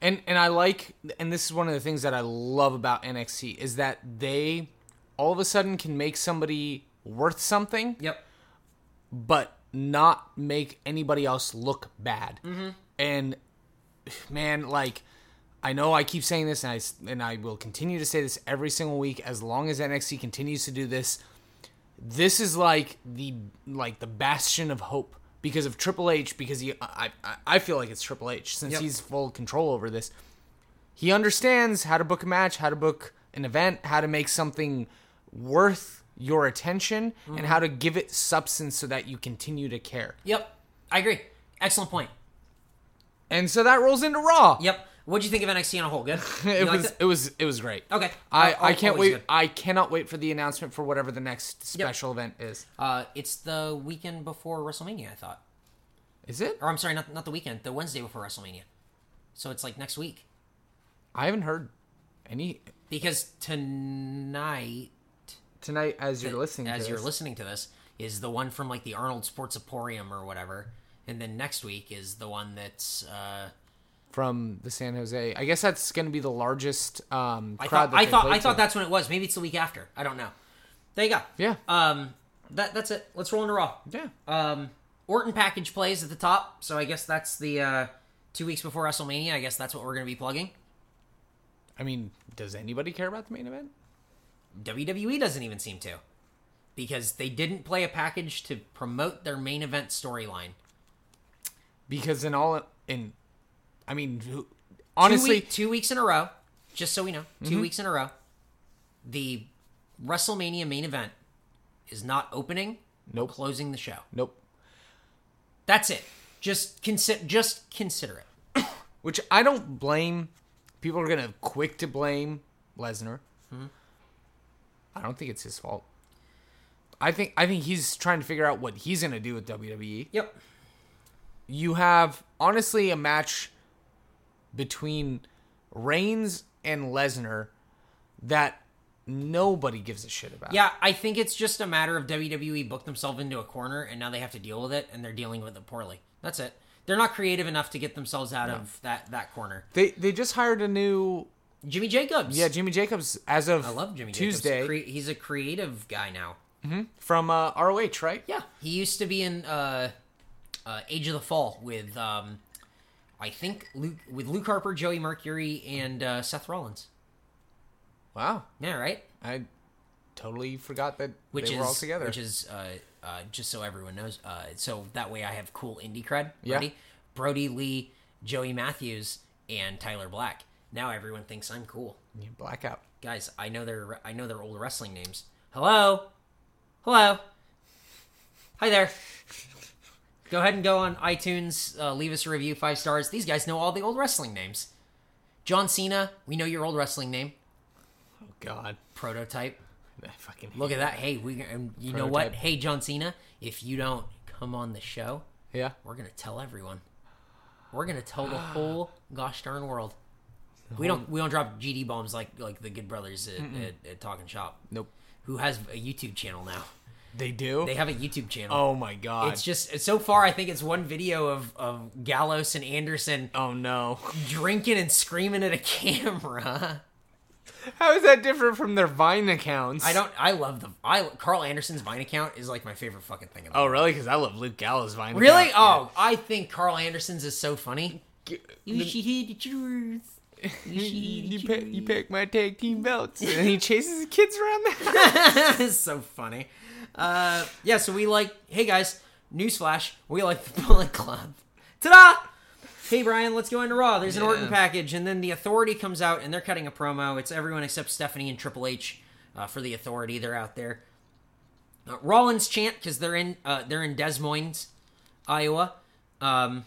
[SPEAKER 4] And and I like and this is one of the things that I love about NXT is that they all of a sudden can make somebody worth something
[SPEAKER 3] Yep.
[SPEAKER 4] but not make anybody else look bad. And man, like I know I keep saying this and I s- and I will continue to say this every single week as long as NXT continues to do this. This is like the like the bastion of hope because of Triple H because he I I, I feel like it's Triple H since
[SPEAKER 3] Yep.
[SPEAKER 4] he's full control over this. He understands how to book a match, how to book an event, how to make something worth your attention and how to give it substance so that you continue to care.
[SPEAKER 3] Yep. I agree. Excellent point.
[SPEAKER 4] And so that rolls into Raw.
[SPEAKER 3] Yep. What'd you think of NXT on a
[SPEAKER 4] <laughs>
[SPEAKER 3] whole? Good. You
[SPEAKER 4] It
[SPEAKER 3] liked
[SPEAKER 4] was it was it was great.
[SPEAKER 3] Okay.
[SPEAKER 4] I,
[SPEAKER 3] Al-
[SPEAKER 4] I
[SPEAKER 3] al-
[SPEAKER 4] can't
[SPEAKER 3] always
[SPEAKER 4] wait.
[SPEAKER 3] good.
[SPEAKER 4] I cannot wait for the announcement for whatever the next special event is.
[SPEAKER 3] Uh, it's the weekend before WrestleMania, I thought.
[SPEAKER 4] Is it?
[SPEAKER 3] Or I'm sorry, not not the weekend, the Wednesday before WrestleMania. So it's like next week
[SPEAKER 4] I haven't heard any
[SPEAKER 3] because tonight,
[SPEAKER 4] tonight as you're listening.
[SPEAKER 3] as
[SPEAKER 4] to
[SPEAKER 3] you're
[SPEAKER 4] this.
[SPEAKER 3] listening to this, is the one from like the Arnold Sports Emporium or whatever, and then next week is the one that's. Uh,
[SPEAKER 4] from the San Jose. I guess that's going to be the largest um,
[SPEAKER 3] I
[SPEAKER 4] crowd.
[SPEAKER 3] thought
[SPEAKER 4] that
[SPEAKER 3] I
[SPEAKER 4] they
[SPEAKER 3] thought
[SPEAKER 4] played
[SPEAKER 3] I thought
[SPEAKER 4] to.
[SPEAKER 3] that's when it was. Maybe it's the week after. I don't know. There you go.
[SPEAKER 4] Yeah.
[SPEAKER 3] Um. That that's it. Let's roll into Raw.
[SPEAKER 4] Yeah.
[SPEAKER 3] Um, Orton package plays at the top, so I guess that's the uh, two weeks before WrestleMania. I guess that's what we're going to be plugging.
[SPEAKER 4] I mean, does anybody care about the main event?
[SPEAKER 3] WWE E doesn't even seem to, because they didn't play a package to promote their main event storyline.
[SPEAKER 4] Because in all in, I mean, who-
[SPEAKER 3] Two
[SPEAKER 4] honestly, Mm-hmm.
[SPEAKER 3] week- two weeks in a row. Just so we know, 2 weeks in a row, the WrestleMania main event is not opening, no
[SPEAKER 4] Nope.
[SPEAKER 3] closing the show.
[SPEAKER 4] nope.
[SPEAKER 3] That's it. Just consider. Just consider it.
[SPEAKER 4] Which I don't blame. People are gonna quick to blame Lesnar.
[SPEAKER 3] Mm-hmm.
[SPEAKER 4] I don't think it's his fault. I think I think he's trying to figure out what he's gonna do with WWE.
[SPEAKER 3] Yep.
[SPEAKER 4] you have honestly a match between Reigns and Lesnar that nobody gives a shit about.
[SPEAKER 3] Yeah, I think it's just a matter of WWE booked themselves into a corner and now they have to deal with it and they're dealing with it poorly. That's it. They're not creative enough to get themselves out of that that corner.
[SPEAKER 4] They they just hired a new
[SPEAKER 3] Jimmy Jacobs.
[SPEAKER 4] yeah Jimmy Jacobs as of
[SPEAKER 3] I love Jimmy
[SPEAKER 4] Tuesday
[SPEAKER 3] Jacobs. Cre- he's a creative guy now.
[SPEAKER 4] from uh, ROH right
[SPEAKER 3] Yeah, he used to be in uh, uh, Age of the Fall with um, I think Luke with Luke Harper, Joey Mercury, and uh, Seth Rollins.
[SPEAKER 4] wow
[SPEAKER 3] Yeah, right.
[SPEAKER 4] I totally forgot that
[SPEAKER 3] which
[SPEAKER 4] they
[SPEAKER 3] is
[SPEAKER 4] were all together
[SPEAKER 3] which is uh, uh, just so everyone knows. Uh, so that way, I have cool indie cred.
[SPEAKER 4] Yeah.
[SPEAKER 3] Ready? Brody Lee, Joey Matthews, and Tyler Black. Now everyone thinks I'm cool,
[SPEAKER 4] Yeah, blackout
[SPEAKER 3] guys. I know their I know their old wrestling names. Hello, hello, hi there. Go ahead and go on iTunes. Uh, leave us a review, five stars. These guys know all the old wrestling names. John Cena, we know your old wrestling name.
[SPEAKER 4] oh god
[SPEAKER 3] Prototype.
[SPEAKER 4] I fucking hate
[SPEAKER 3] Look at that. Hey, we and you know what?
[SPEAKER 4] Prototype.
[SPEAKER 3] Hey, John Cena, if you don't come on the show,
[SPEAKER 4] yeah
[SPEAKER 3] <gasps> we're going to tell everyone. We're going to tell the whole gosh darn world. We don't we don't drop GD bombs like like the Good Brothers at, at, at Talking Shop.
[SPEAKER 4] Nope.
[SPEAKER 3] Who has a YouTube channel now?
[SPEAKER 4] They do.
[SPEAKER 3] They have a YouTube channel.
[SPEAKER 4] oh my god.
[SPEAKER 3] It's just so far. I think it's one video of of Gallows and Anderson
[SPEAKER 4] oh no.
[SPEAKER 3] drinking and screaming at a <laughs> camera.
[SPEAKER 4] <laughs> How is that different from their Vine accounts?
[SPEAKER 3] I don't. I love the. I Carl Anderson's Vine account is like my favorite fucking thing. In the
[SPEAKER 4] Oh really? Because I love Luke Gallows Vine.
[SPEAKER 3] really? Oh,
[SPEAKER 4] account.
[SPEAKER 3] I think Carl Anderson's is so funny.
[SPEAKER 4] G-
[SPEAKER 3] You should hear the truth. You should
[SPEAKER 4] Oh. You,
[SPEAKER 3] hear the
[SPEAKER 4] pick, you pick my tag team belts, and he chases the kids around <laughs> the house.
[SPEAKER 3] truth. <laughs> It's so funny. Uh, yeah. So we like. Hey guys, newsflash. We like the <laughs> Bullet Club. Ta-da! Hey Brian, let's go into Raw. There's an Orton
[SPEAKER 4] Yeah.
[SPEAKER 3] package, and then the Authority comes out, and they're cutting a promo. It's everyone except Stephanie and Triple H uh, for the Authority. They're out there. Uh, Rollins chant because they're in uh, they're in Des Moines, Iowa, um,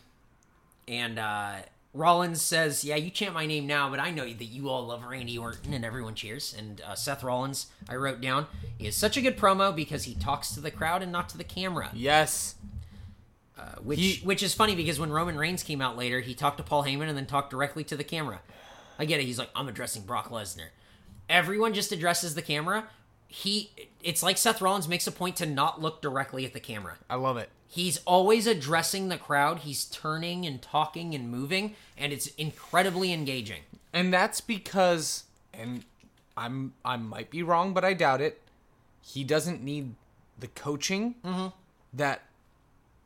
[SPEAKER 3] and uh, Rollins says, "Yeah, you chant my name now, but I know that you all love Randy Orton." And everyone cheers. And uh, Seth Rollins, I wrote down, is such a good promo because he talks to the crowd and not to the camera uh,
[SPEAKER 4] Yes.
[SPEAKER 3] which
[SPEAKER 4] He-
[SPEAKER 3] which is funny because when Roman Reigns came out later, he talked to Paul Heyman and then talked directly to the camera. I get it. He's like, I'm addressing Brock Lesnar. Everyone just addresses the camera. He, it's like Seth Rollins makes a point to not look directly at the camera.
[SPEAKER 4] I love it.
[SPEAKER 3] He's always addressing the crowd. He's turning and talking and moving, and it's incredibly engaging.
[SPEAKER 4] And that's because and I'm I might be wrong, but I doubt it. He doesn't need the coaching
[SPEAKER 3] Mm-hmm.
[SPEAKER 4] that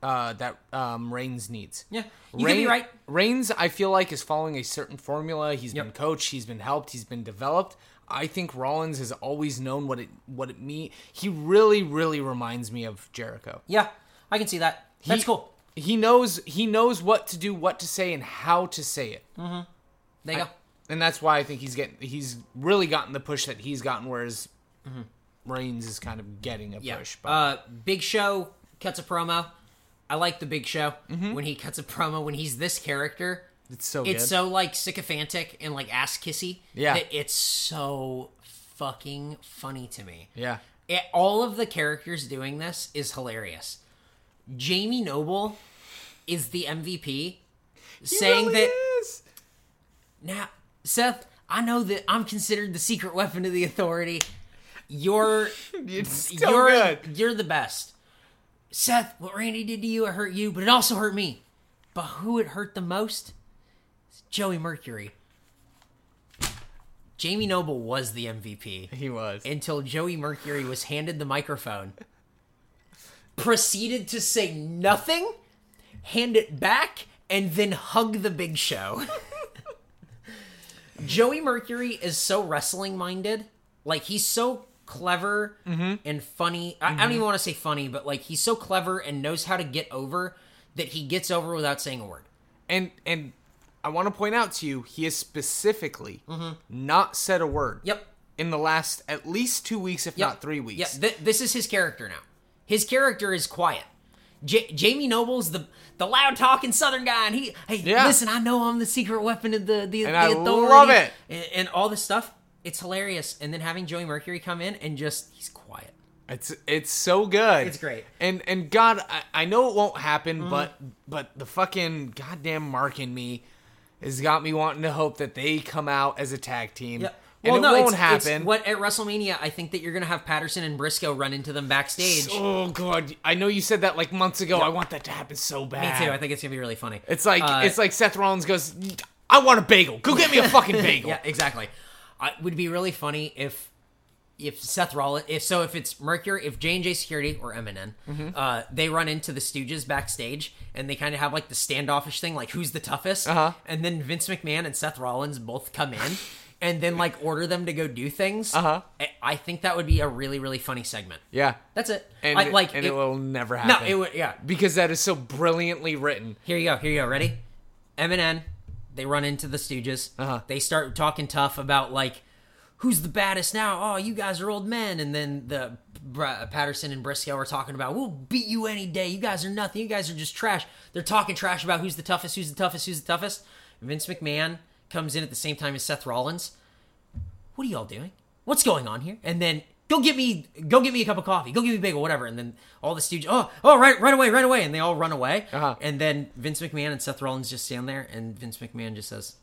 [SPEAKER 4] uh that um Reigns needs.
[SPEAKER 3] Yeah, you could be right.
[SPEAKER 4] Reigns, I feel like, is following a certain formula. He's been
[SPEAKER 3] Yep.
[SPEAKER 4] coached, he's been helped, he's been developed. I think Rollins has always known what it what it mean. He really, really reminds me of Jericho.
[SPEAKER 3] Yeah, I can see that. That's
[SPEAKER 4] He-
[SPEAKER 3] cool.
[SPEAKER 4] He knows he knows what to do, what to say, and how to say it
[SPEAKER 3] There you go.
[SPEAKER 4] and that's why I think he's getting he's really gotten the push that he's gotten, whereas Reigns is kind of getting a
[SPEAKER 3] Mm-hmm. Yeah.
[SPEAKER 4] push. But
[SPEAKER 3] Uh, Big Show cuts a promo. I like the Big Show when he cuts a promo when he's this character.
[SPEAKER 4] it's Mm-hmm. so
[SPEAKER 3] It's
[SPEAKER 4] good.
[SPEAKER 3] so like sycophantic and like ass kissy.
[SPEAKER 4] Yeah.
[SPEAKER 3] that it's so fucking funny to me.
[SPEAKER 4] yeah,
[SPEAKER 3] It- all of the characters doing this is hilarious. Jamie Noble is the MVP, saying
[SPEAKER 4] Really
[SPEAKER 3] that
[SPEAKER 4] is.
[SPEAKER 3] now, Seth, I know that I'm considered the secret weapon of the authority.
[SPEAKER 4] <laughs>
[SPEAKER 3] You're
[SPEAKER 4] it's still
[SPEAKER 3] you're
[SPEAKER 4] good.
[SPEAKER 3] you're the best. Seth, what Randy did to you, it hurt you, but it also hurt me. But who it hurt the most? It's Joey Mercury. Jamie Noble was the MVP
[SPEAKER 4] He was.
[SPEAKER 3] until Joey Mercury was handed the microphone, proceeded to say nothing, hand it back, and then hug the big show. Joey Mercury is so wrestling minded. Like, he's so clever and funny. I, I don't even want to say funny, but like, he's so clever and knows how to get over that he gets over without saying a word.
[SPEAKER 4] and and I want to point out to you, he has specifically not said a word.
[SPEAKER 3] Mm-hmm. Yep.
[SPEAKER 4] In the last at least two weeks, if
[SPEAKER 3] Yep.
[SPEAKER 4] not three weeks.
[SPEAKER 3] Yeah, th- this is his character now. His character is quiet. J- Jamie Noble's the the loud talking Southern guy, and he hey
[SPEAKER 4] Yeah.
[SPEAKER 3] listen, I know I'm the secret weapon of the the,
[SPEAKER 4] And
[SPEAKER 3] the
[SPEAKER 4] I
[SPEAKER 3] authority,
[SPEAKER 4] love it.
[SPEAKER 3] and, and all this stuff. It's hilarious. And then having Joey Mercury come in and just he's quiet.
[SPEAKER 4] It's it's so good.
[SPEAKER 3] It's great.
[SPEAKER 4] And and God, I, I know it won't happen, but but the fucking goddamn mark in me has got me wanting to hope that they come out as a tag team. And it won't
[SPEAKER 3] it's- it's
[SPEAKER 4] happen.
[SPEAKER 3] what at WrestleMania, I think that you're gonna have Patterson and Briscoe run into them backstage.
[SPEAKER 4] oh god, I know you said that like months ago. I want that to happen so
[SPEAKER 3] Me
[SPEAKER 4] bad.
[SPEAKER 3] too. I think it's gonna be really funny.
[SPEAKER 4] it's like
[SPEAKER 3] Uh,
[SPEAKER 4] it's like Seth Rollins goes, "I want a bagel. Go get
[SPEAKER 3] <laughs>
[SPEAKER 4] me a fucking bagel."
[SPEAKER 3] Yeah, exactly. I would be really funny if if Seth Rollins if so if it's Mercury if J and J Security or Eminem
[SPEAKER 4] Mm-hmm.
[SPEAKER 3] uh, they run into the Stooges backstage and they kind of have like the standoffish thing like who's the toughest
[SPEAKER 4] Uh-huh.
[SPEAKER 3] and then Vince McMahon and Seth Rollins both come in and then like order them to go do things.
[SPEAKER 4] Uh-huh.
[SPEAKER 3] I, I think that would be a really really funny segment.
[SPEAKER 4] Yeah.
[SPEAKER 3] That's it.
[SPEAKER 4] And,
[SPEAKER 3] I, like
[SPEAKER 4] and it,
[SPEAKER 3] it-
[SPEAKER 4] will never
[SPEAKER 3] no
[SPEAKER 4] happen.
[SPEAKER 3] it would yeah
[SPEAKER 4] because that is so brilliantly written.
[SPEAKER 3] here you go. Here you go. Ready? Eminem. They run into the Stooges.
[SPEAKER 4] Uh-huh.
[SPEAKER 3] They start talking tough about like, who's the baddest now? Oh, you guys are old men. And then the Br- Patterson and Briscoe are talking about, we'll beat you any day. You guys are nothing. You guys are just trash. They're talking trash about who's the toughest, who's the toughest, who's the toughest. Vince McMahon comes in at the same time as Seth Rollins. What are y'all doing? What's going on here? And then go get me, go get me a cup of coffee. Go get me a bagel, whatever. And then all the Stooges, oh, oh, right, right away, right away. And they all run away.
[SPEAKER 4] Uh-huh.
[SPEAKER 3] And then Vince McMahon and Seth Rollins just stand there, and Vince McMahon just says,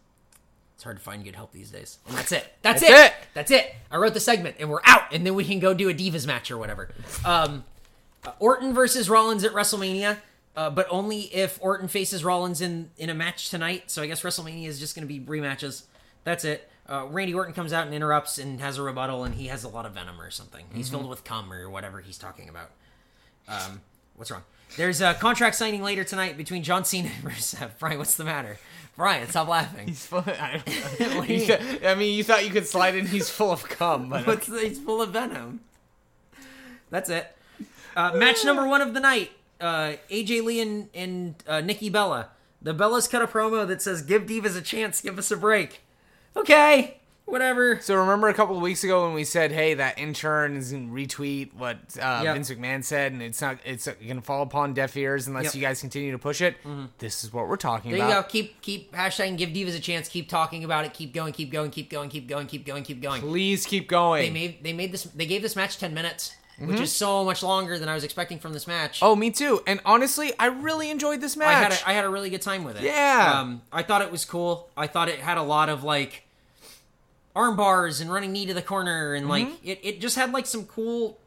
[SPEAKER 3] It's hard to find good help these days. And that's it. That's,
[SPEAKER 4] That's
[SPEAKER 3] it.
[SPEAKER 4] it.
[SPEAKER 3] That's it. I wrote the segment and we're out. And then we can go do a Divas match or whatever. Um, uh, Orton versus Rollins at WrestleMania, uh, but only if Orton faces Rollins in, in a match tonight. So I guess WrestleMania is just going to be rematches. That's it. Uh, Randy Orton comes out and interrupts and has a rebuttal, and he has a lot of venom or something. He's filled with cum or whatever he's talking about. Um, what's wrong? There's a contract signing later tonight between John Cena and <laughs> Rusev. Brian, what's the matter? Brian, stop laughing.
[SPEAKER 4] <laughs>
[SPEAKER 3] <laughs>
[SPEAKER 4] He's full. I, don't know.
[SPEAKER 3] What do you
[SPEAKER 4] <laughs> You said- I mean, you thought you could slide in. He's full of cum, but
[SPEAKER 3] What's he's full of venom. That's it. Uh, match number one of the night: uh, AJ Lee and, and uh, Nikki Bella. The Bellas cut a promo that says, "Give Divas a chance. Give us a break." Okay, whatever.
[SPEAKER 4] <laughs> So remember a couple of weeks ago when we said, "Hey, that intern is going retweet what uh,
[SPEAKER 3] Yep.
[SPEAKER 4] Vince McMahon said, and it's not it's going to fall upon deaf ears unless
[SPEAKER 3] Yep.
[SPEAKER 4] you guys continue to push it." This is what we're talking
[SPEAKER 3] There you go.
[SPEAKER 4] about.
[SPEAKER 3] Keep keep hashtag give divas a chance. Keep talking about it. Keep going. Keep going. Keep going. Keep going. Keep going. Keep going.
[SPEAKER 4] Please keep
[SPEAKER 3] They
[SPEAKER 4] going.
[SPEAKER 3] made they made this they gave this match ten minutes, which is so much longer than I was expecting from this match.
[SPEAKER 4] oh, me too. And honestly, I really enjoyed this
[SPEAKER 3] I
[SPEAKER 4] match.
[SPEAKER 3] had a, I had a really good time with it.
[SPEAKER 4] Yeah.
[SPEAKER 3] Um, I thought it was cool. I thought it had a lot of like arm bars and running knee to the corner and like it, it just had like some cool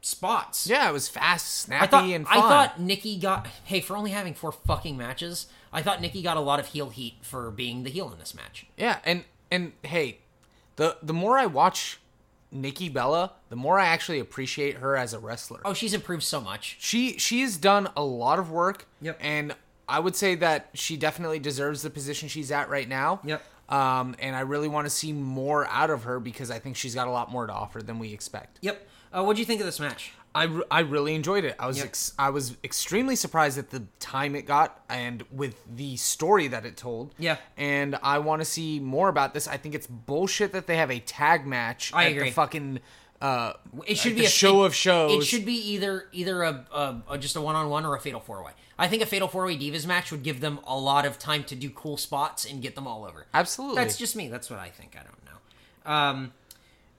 [SPEAKER 3] spots.
[SPEAKER 4] Mm-hmm. yeah, it was fast, snappy,
[SPEAKER 3] I thought
[SPEAKER 4] and fun.
[SPEAKER 3] I thought Nikki got hey for only having four fucking matches. I thought Nikki got a lot of heel heat for being the heel in this match.
[SPEAKER 4] Yeah, and and hey, the the more I watch Nikki Bella, the more I actually appreciate her as a wrestler.
[SPEAKER 3] Oh, she's improved so much.
[SPEAKER 4] she she's done a lot of work.
[SPEAKER 3] Yep.
[SPEAKER 4] And I would say that she definitely deserves the position she's at right now.
[SPEAKER 3] Yep.
[SPEAKER 4] Um, and I really want to see more out of her because I think she's got a lot more to offer than we expect.
[SPEAKER 3] Yep. Uh, what do you think of this match?
[SPEAKER 4] I, re- I really enjoyed it. I was
[SPEAKER 3] Yep.
[SPEAKER 4] ex- I was extremely surprised at the time it got and with the story that it told.
[SPEAKER 3] Yeah.
[SPEAKER 4] And I want to see more about this. I think it's bullshit that they have a tag match
[SPEAKER 3] I
[SPEAKER 4] at
[SPEAKER 3] agree.
[SPEAKER 4] the fucking uh
[SPEAKER 3] It should
[SPEAKER 4] at
[SPEAKER 3] be
[SPEAKER 4] the
[SPEAKER 3] a
[SPEAKER 4] show
[SPEAKER 3] it-
[SPEAKER 4] of shows.
[SPEAKER 3] It should be either either a, a, a just a one on one or a fatal four way. I think a fatal four way divas match would give them a lot of time to do cool spots and get them all over.
[SPEAKER 4] Absolutely.
[SPEAKER 3] That's just me. That's what I think. I don't know. Um,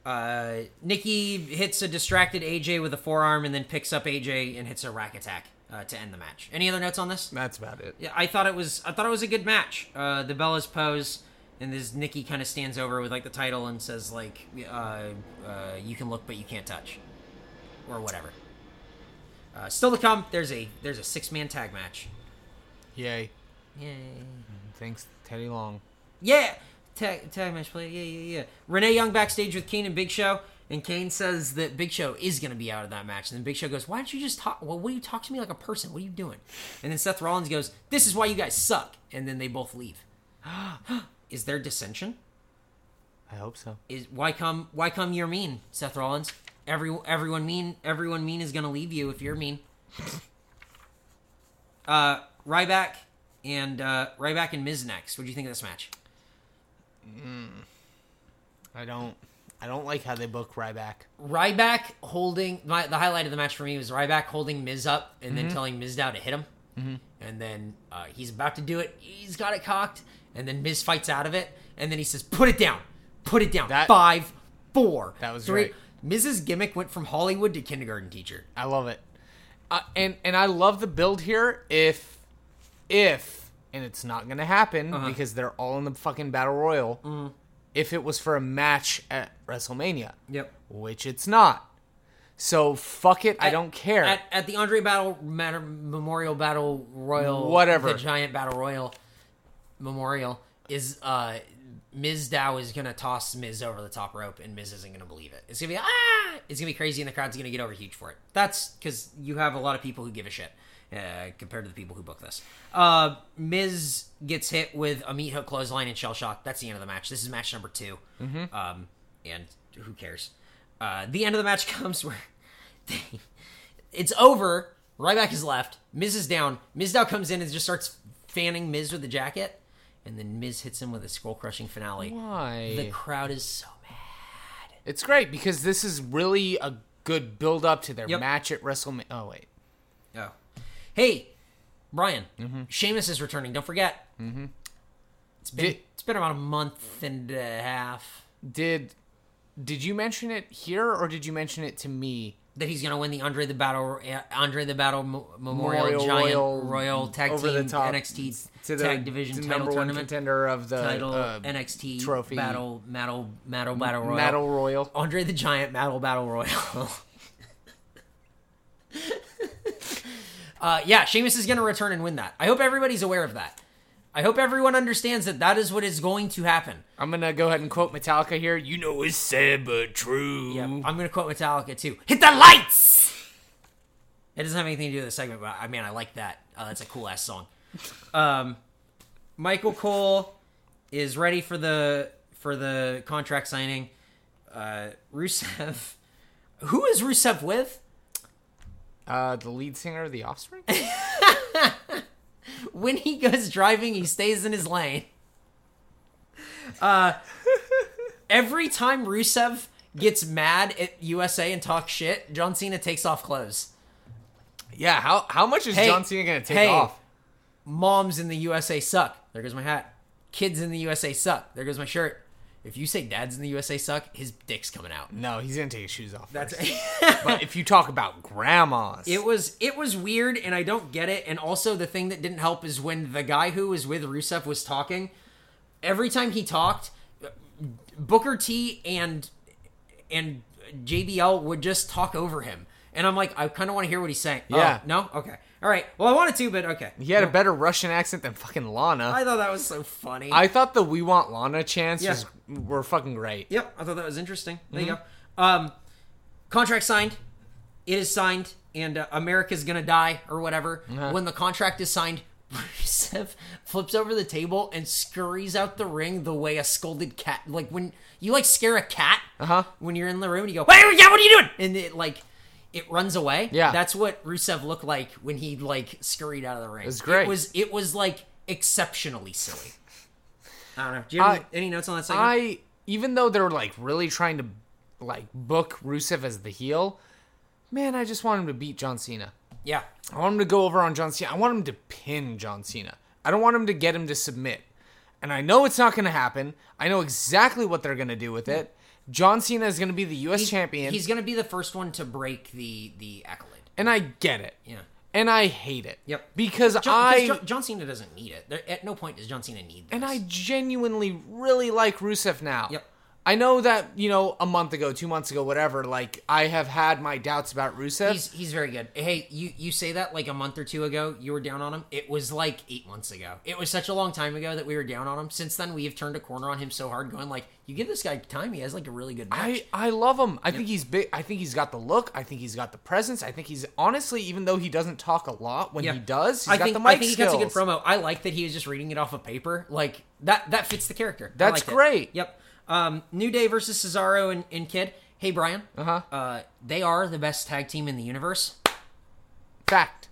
[SPEAKER 3] uh, Nikki hits a distracted AJ with a forearm and then picks up AJ and hits a rack attack uh, to end the match. Any other notes on this?
[SPEAKER 4] That's about it.
[SPEAKER 3] Yeah, I thought it was. I thought it was a good match. Uh, the Bellas pose, and this Nikki kind of stands over with like the title and says like, uh, uh, "You can look, but you can't touch," or whatever. Uh, still to come. There's a there's a six man tag match.
[SPEAKER 4] Yay.
[SPEAKER 3] Yay!
[SPEAKER 4] Thanks, Teddy Long.
[SPEAKER 3] Yeah, tag tag match play. Yeah, yeah, yeah. Renee Young backstage with Kane and Big Show, and Kane says that Big Show is gonna be out of that match. And then Big Show goes, "Why don't you just talk? Well, what do you talk to me like a person? What are you doing?" And then Seth Rollins goes, "This is why you guys suck." And then they both leave. <gasps> is there dissension?
[SPEAKER 4] I hope so.
[SPEAKER 3] Is why come why come you're mean, Seth Rollins? Every everyone mean everyone mean is gonna leave you if you're mean. uh, Ryback and uh, Ryback and Miz next. What do you think of this match?
[SPEAKER 4] I don't. I don't like how they book Ryback.
[SPEAKER 3] Ryback holding my, the highlight of the match for me was Ryback holding Miz up and
[SPEAKER 4] Mm-hmm.
[SPEAKER 3] then telling Mizdow to hit him, and then uh, he's about to do it. He's got it cocked, and then Miz fights out of it, and then he says, "Put it down, put it down."
[SPEAKER 4] That-
[SPEAKER 3] Five, four,
[SPEAKER 4] That was
[SPEAKER 3] three.
[SPEAKER 4] right.
[SPEAKER 3] Miz's gimmick went from Hollywood to kindergarten teacher.
[SPEAKER 4] I love it. Uh, and and I love the build here. If if and it's not gonna happen
[SPEAKER 3] Uh-huh.
[SPEAKER 4] because they're all in the fucking battle royal.
[SPEAKER 3] Mm-hmm.
[SPEAKER 4] If it was for a match at WrestleMania,
[SPEAKER 3] Yep.
[SPEAKER 4] which it's not. So fuck it. I
[SPEAKER 3] At-
[SPEAKER 4] don't care.
[SPEAKER 3] At, at the Andre Battle Matter, Memorial Battle Royal,
[SPEAKER 4] Whatever.
[SPEAKER 3] the giant Battle Royal Memorial is. uh Ms. Dow is gonna toss Miz over the top rope, and Miz isn't gonna believe it. It's gonna be ah! It's gonna be crazy, and the crowd's gonna get over huge for it. That's because you have a lot of people who give a shit uh, compared to the people who book this. Uh, Miz gets hit with a meat hook clothesline and shell shock. That's the end of the match. This is match number 2
[SPEAKER 4] Mm-hmm.
[SPEAKER 3] um, and who cares? Uh, the end of the match <laughs> comes where they it's over. Ryback is left. Miz is down. Mizdow comes in and just starts fanning Miz with the jacket, and then Miz hits him with a skull crushing finale.
[SPEAKER 4] Why?
[SPEAKER 3] The crowd is so mad.
[SPEAKER 4] It's great because this is really a good build up to their
[SPEAKER 3] Yep.
[SPEAKER 4] match at WrestleMania. Oh wait.
[SPEAKER 3] Oh, hey, Brian,
[SPEAKER 4] Mm-hmm.
[SPEAKER 3] Sheamus is returning. Don't forget. Mm-hmm. It's been
[SPEAKER 4] Di-
[SPEAKER 3] it's been about a month and a half.
[SPEAKER 4] Did did you mention it here or did you mention it to me
[SPEAKER 3] that he's gonna win the Andre the Battle eh, Andre the Battle Mo- Memorial,
[SPEAKER 4] Memorial
[SPEAKER 3] Giant
[SPEAKER 4] Royal
[SPEAKER 3] Royal, Tag
[SPEAKER 4] over
[SPEAKER 3] Team
[SPEAKER 4] the top
[SPEAKER 3] NXT
[SPEAKER 4] to the
[SPEAKER 3] Tag Division
[SPEAKER 4] to
[SPEAKER 3] Title
[SPEAKER 4] number one
[SPEAKER 3] Tournament
[SPEAKER 4] contender of the
[SPEAKER 3] Title
[SPEAKER 4] uh,
[SPEAKER 3] NXT
[SPEAKER 4] trophy.
[SPEAKER 3] Battle Battle Battle Battle Royal
[SPEAKER 4] Battle Royal.
[SPEAKER 3] Andre the Giant Battle Battle Royal. <laughs> uh, yeah, Sheamus is going to return and win that. I hope everybody's aware of that. I hope everyone understands that that is what is going to happen.
[SPEAKER 4] I'm gonna go ahead and quote Metallica here. You know it's sad but true.
[SPEAKER 3] Yep. Mm-hmm. I'm going to quote Metallica too. Hit the lights! It doesn't have anything to do with the segment, but I mean, I like that. Uh, that's a cool ass song. Um, Michael Cole is ready for the for the contract signing. Uh, Rusev, <laughs> who is Rusev with?
[SPEAKER 4] Uh, the lead singer of The Offspring. <laughs>
[SPEAKER 3] when he goes driving, he stays in his lane. Uh, every time Rusev gets mad at USA and talks shit, John Cena takes off clothes.
[SPEAKER 4] yeah. How how much is
[SPEAKER 3] Hey,
[SPEAKER 4] John Cena gonna take
[SPEAKER 3] hey.
[SPEAKER 4] off?
[SPEAKER 3] Moms in the USA suck. There goes my hat. Kids in the USA suck. There goes my shirt. If you say dads in the USA suck, his dick's coming out.
[SPEAKER 4] No, he's gonna take his shoes off.
[SPEAKER 3] That's
[SPEAKER 4] but if you talk about
[SPEAKER 3] <laughs>
[SPEAKER 4] grandmas,
[SPEAKER 3] It was it was weird, and I don't get it. And also, the thing that didn't help is when the guy who was with Rusev was talking. Every time he talked, Booker T and and JBL would just talk over him, and I'm like, I kind of want to hear what he's saying. Oh,
[SPEAKER 4] Yeah.
[SPEAKER 3] no. Okay. All right. Well, I wanted to, but okay.
[SPEAKER 4] he had a better Russian accent than fucking Lana.
[SPEAKER 3] I thought that was so funny.
[SPEAKER 4] I thought the "We Want Lana" chants
[SPEAKER 3] Yeah.
[SPEAKER 4] was, were fucking great.
[SPEAKER 3] Yep, I thought that was interesting. There you
[SPEAKER 4] Mm-hmm.
[SPEAKER 3] go. Um, contract signed. It is signed, and uh, America's gonna die or whatever.
[SPEAKER 4] Uh-huh.
[SPEAKER 3] When the contract is signed, <laughs> Rusev flips over the table and scurries out the ring the way a scolded cat. Like when you like scare a cat
[SPEAKER 4] Uh-huh.
[SPEAKER 3] when you're in the room, and you go, "Hey, yeah, what are you doing?" And it like it runs away.
[SPEAKER 4] Yeah.
[SPEAKER 3] that's what Rusev looked like when he like scurried out of the ring. It
[SPEAKER 4] was great.
[SPEAKER 3] It was it was like exceptionally
[SPEAKER 4] <laughs>
[SPEAKER 3] silly. I don't know. Do you have
[SPEAKER 4] I-
[SPEAKER 3] any notes on that? Segment?
[SPEAKER 4] I even though they're like really trying to like book Rusev as the heel, man, I just want him to beat John Cena.
[SPEAKER 3] yeah.
[SPEAKER 4] I want him to go over on John Cena. I want him to pin John Cena. I don't want him to get him to submit. And I know it's not going to happen. I know exactly what they're going to do with it. John Cena is going to be the U.S. champion,
[SPEAKER 3] He's gonna be the first one to break the the accolade.
[SPEAKER 4] and I get it.
[SPEAKER 3] Yeah.
[SPEAKER 4] And I hate it.
[SPEAKER 3] Yep.
[SPEAKER 4] Because
[SPEAKER 3] John, 'cause
[SPEAKER 4] I
[SPEAKER 3] John, John Cena doesn't need it. There, at no point does John Cena need this.
[SPEAKER 4] and I genuinely really like Rusev now.
[SPEAKER 3] Yep.
[SPEAKER 4] I know that you know a month ago, two months ago, whatever. Like I have had my doubts about Rusev.
[SPEAKER 3] he's he's very good. Hey, you you say that like a month or two ago, you were down on him. It was like eight months ago. It was such a long time ago that we were down on him. Since then, we have turned a corner on him so hard, going like, you give this guy time, he has like a really good match.
[SPEAKER 4] I, I love him. I think he's big. I think he's got the look. I think he's got the presence. I think he's honestly, even though he doesn't talk a lot, when
[SPEAKER 3] Yeah.
[SPEAKER 4] he does, he's
[SPEAKER 3] I
[SPEAKER 4] got
[SPEAKER 3] think
[SPEAKER 4] the mic
[SPEAKER 3] I think
[SPEAKER 4] skills.
[SPEAKER 3] he cuts a good promo. I like that he was just reading it off of paper. Like that that fits the character. I
[SPEAKER 4] That's
[SPEAKER 3] liked it.
[SPEAKER 4] great.
[SPEAKER 3] Yep. Um, New Day versus Cesaro and, and Kid. Hey Brian. Uh-huh. Uh They are the best tag team in the universe.
[SPEAKER 4] Fact.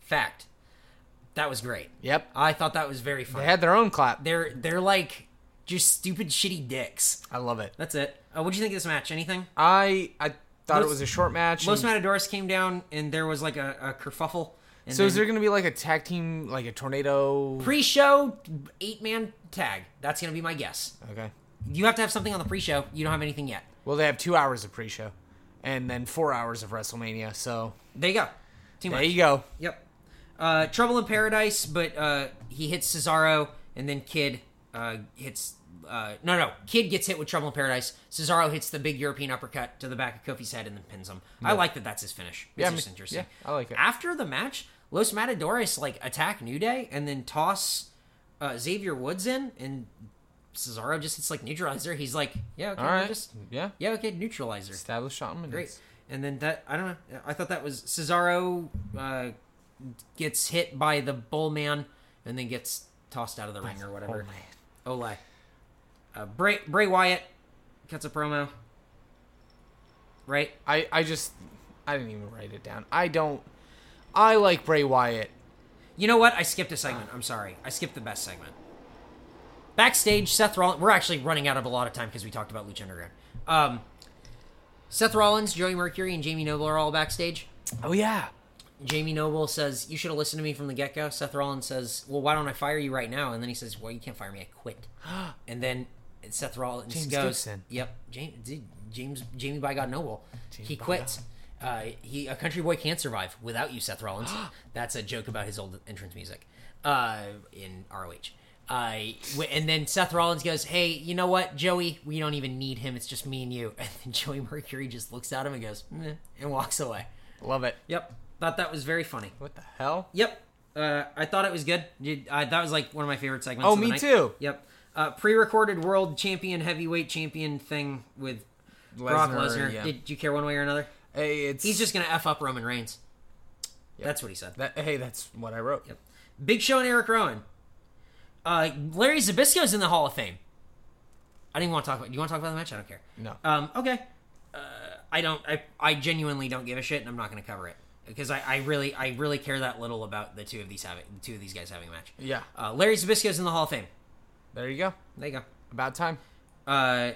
[SPEAKER 3] Fact. That was great.
[SPEAKER 4] Yep.
[SPEAKER 3] I thought that was very
[SPEAKER 4] They
[SPEAKER 3] fun.
[SPEAKER 4] had their own clap.
[SPEAKER 3] They're they're like just stupid shitty dicks.
[SPEAKER 4] I love it.
[SPEAKER 3] That's it. Uh, what do you think of this match? Anything?
[SPEAKER 4] I I thought it
[SPEAKER 3] Los-
[SPEAKER 4] was a short match.
[SPEAKER 3] Los
[SPEAKER 4] and-
[SPEAKER 3] Matadors came down and there was like a, a kerfuffle. And
[SPEAKER 4] so is
[SPEAKER 3] then
[SPEAKER 4] there going to be like a tag team, like a tornado?
[SPEAKER 3] pre-show eight man tag? That's gonna be my guess.
[SPEAKER 4] okay.
[SPEAKER 3] You have to have something on the pre-show. You don't have anything yet.
[SPEAKER 4] Well, they have two hours of pre-show, and then four hours of WrestleMania. So
[SPEAKER 3] There you go. Too
[SPEAKER 4] there
[SPEAKER 3] much.
[SPEAKER 4] you go.
[SPEAKER 3] Yep. Uh, Trouble in Paradise, but uh, he hits Cesaro, and then Kid uh, hits. Uh, no, no. Kid gets hit with Trouble in Paradise. Cesaro hits the big European uppercut to the back of Kofi's head and then pins him. I like that. That's his finish. It's
[SPEAKER 4] Yeah, I
[SPEAKER 3] just
[SPEAKER 4] mean-
[SPEAKER 3] interesting.
[SPEAKER 4] yeah, I like it.
[SPEAKER 3] After the match, Los Matadores like attack New Day and then toss uh, Xavier Woods in, and Cesaro just hits like neutralizer. He's like, yeah, okay,
[SPEAKER 4] All
[SPEAKER 3] we'll
[SPEAKER 4] right.
[SPEAKER 3] just
[SPEAKER 4] yeah.
[SPEAKER 3] yeah, okay, neutralizer
[SPEAKER 4] Established dominance.
[SPEAKER 3] great. And then that I don't know. I thought that was Cesaro uh, gets hit by the bull man and then gets tossed out of the ring or whatever. Olay. Uh, Bray Bray Wyatt cuts a promo. Right.
[SPEAKER 4] I, I just I didn't even write it down. I don't I like Bray Wyatt.
[SPEAKER 3] You know what? I skipped a segment. I'm sorry. I skipped the best segment. Backstage, Seth Rollins. We're actually running out of a lot of time because we talked about Lucha Underground. Um, Seth Rollins, Joey Mercury, and Jamie Noble are all backstage.
[SPEAKER 4] Oh yeah.
[SPEAKER 3] Jamie Noble says, You should have listened to me from the get <gasps> go. Seth Rollins says, Well, why don't I fire you right now? And then he says, Well, you can't fire me. I quit. and then Seth Rollins
[SPEAKER 4] James
[SPEAKER 3] goes.
[SPEAKER 4] Gibson.
[SPEAKER 3] Yep, James, dude, James, Jamie by God Noble. he quits. Uh, he a country boy can't survive without you, Seth <gasps> Rollins. That's a joke about his old entrance music uh, in ROH. Uh, w- and then Seth Rollins goes, "Hey, you know what, Joey? We don't even need him. It's just me and you." <laughs> And then Joey Mercury just looks at him and goes, "Meh," and walks away.
[SPEAKER 4] Love it.
[SPEAKER 3] Yep, thought that was very funny.
[SPEAKER 4] What the hell?
[SPEAKER 3] Yep. Uh, I thought it was good. You- I- that was like one of my favorite segments.
[SPEAKER 4] Oh,
[SPEAKER 3] of the
[SPEAKER 4] me
[SPEAKER 3] night.
[SPEAKER 4] too.
[SPEAKER 3] Yep. Uh, pre-recorded world champion, heavyweight champion thing with Brock
[SPEAKER 4] Lesnar,
[SPEAKER 3] Lesnar.
[SPEAKER 4] yeah.
[SPEAKER 3] Did you care one way or another?
[SPEAKER 4] Hey, it's
[SPEAKER 3] He's just gonna f up Roman Reigns. That's what he said.
[SPEAKER 4] that, hey, that's what I wrote.
[SPEAKER 3] Big Show and Eric Rowan. Uh, Larry Zabisco's in the Hall of Fame. I didn't want to talk about. Do you want to talk about the match? I don't care.
[SPEAKER 4] No.
[SPEAKER 3] Um, okay. Uh, I don't. I, I genuinely don't give a shit, and I'm not going to cover it because I, I really I really care that little about the two of these having the two of these guys having a match.
[SPEAKER 4] Yeah.
[SPEAKER 3] Uh, Larry Zabisco's in the Hall of Fame.
[SPEAKER 4] There you go.
[SPEAKER 3] There you go.
[SPEAKER 4] About time.
[SPEAKER 3] Uh,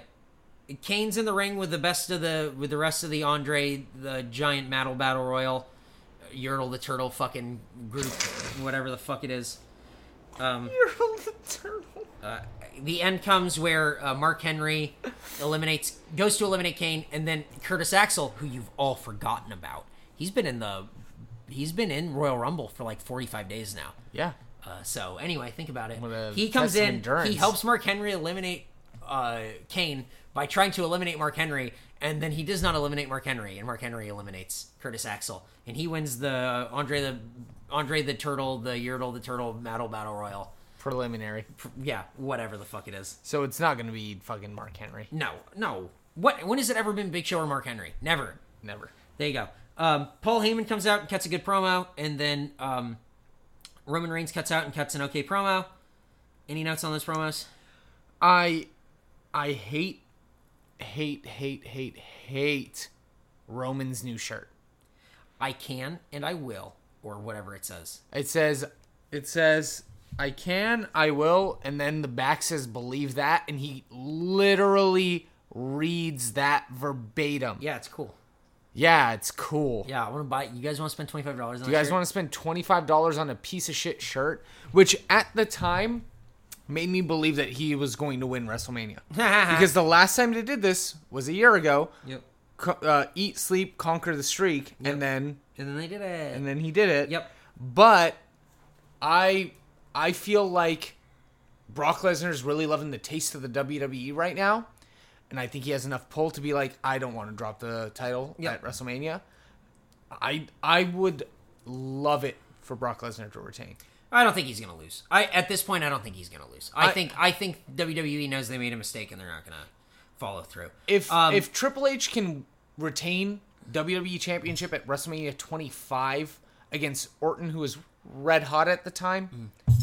[SPEAKER 3] Kane's in the ring with the best of the with the rest of the Andre the Giant Metal Battle Royal, uh, Yertle the Turtle fucking group, whatever the fuck it is. Um, the end comes where uh, Mark Henry eliminates goes to eliminate Kane, and then Curtis Axel, who you've all forgotten about. He's been in the he's been in Royal Rumble for like forty five days now.
[SPEAKER 4] Yeah.
[SPEAKER 3] Uh, so anyway, think about it.
[SPEAKER 4] What a
[SPEAKER 3] He comes
[SPEAKER 4] test of
[SPEAKER 3] in.
[SPEAKER 4] endurance.
[SPEAKER 3] He helps Mark Henry eliminate uh, Kane by trying to eliminate Mark Henry, and then he does not eliminate Mark Henry, and Mark Henry eliminates Curtis Axel, and he wins the Andre the Andre the Turtle, the Yertle the Turtle Battle Battle Royal.
[SPEAKER 4] Preliminary.
[SPEAKER 3] Pr- Yeah, whatever the fuck it is.
[SPEAKER 4] So it's not gonna be fucking Mark Henry.
[SPEAKER 3] No, no. What? When has it ever been Big Show or Mark Henry? Never.
[SPEAKER 4] Never.
[SPEAKER 3] There you go. Um, Paul Heyman comes out and cuts a good promo, and then um, Roman Reigns cuts out and cuts an okay promo. Any notes on those promos?
[SPEAKER 4] I I hate hate hate hate hate Roman's new shirt.
[SPEAKER 3] I can and I will, or whatever it says.
[SPEAKER 4] It says it says I can, I will, and then the back says believe that and he literally reads that verbatim.
[SPEAKER 3] Yeah, it's cool.
[SPEAKER 4] Yeah, it's cool.
[SPEAKER 3] Yeah, I want to buy. You guys want to spend twenty five dollars on?
[SPEAKER 4] You guys want to spend $25 on a piece of shit shirt, which at the time made me believe that he was going to win
[SPEAKER 3] <laughs>
[SPEAKER 4] WrestleMania. because the last time they did this was a year ago.
[SPEAKER 3] Yep.
[SPEAKER 4] Co- uh, eat, sleep, conquer the streak, and then
[SPEAKER 3] And then they did it.
[SPEAKER 4] and then he did it.
[SPEAKER 3] Yep.
[SPEAKER 4] But I I feel like Brock Lesnar is really loving the taste of the WWE right now, and I think he has enough pull to be like, I don't want to drop the title
[SPEAKER 3] Yep.
[SPEAKER 4] at WrestleMania. I I would love it for Brock Lesnar to retain.
[SPEAKER 3] I don't think he's gonna lose. I at this point, I don't think he's gonna lose. I,
[SPEAKER 4] I-
[SPEAKER 3] think I think WWE knows they made a mistake and they're not gonna follow through.
[SPEAKER 4] If
[SPEAKER 3] Um,
[SPEAKER 4] if Triple H can retain WWE Championship at WrestleMania 25 against Orton, who was red hot at the time.
[SPEAKER 3] Mm.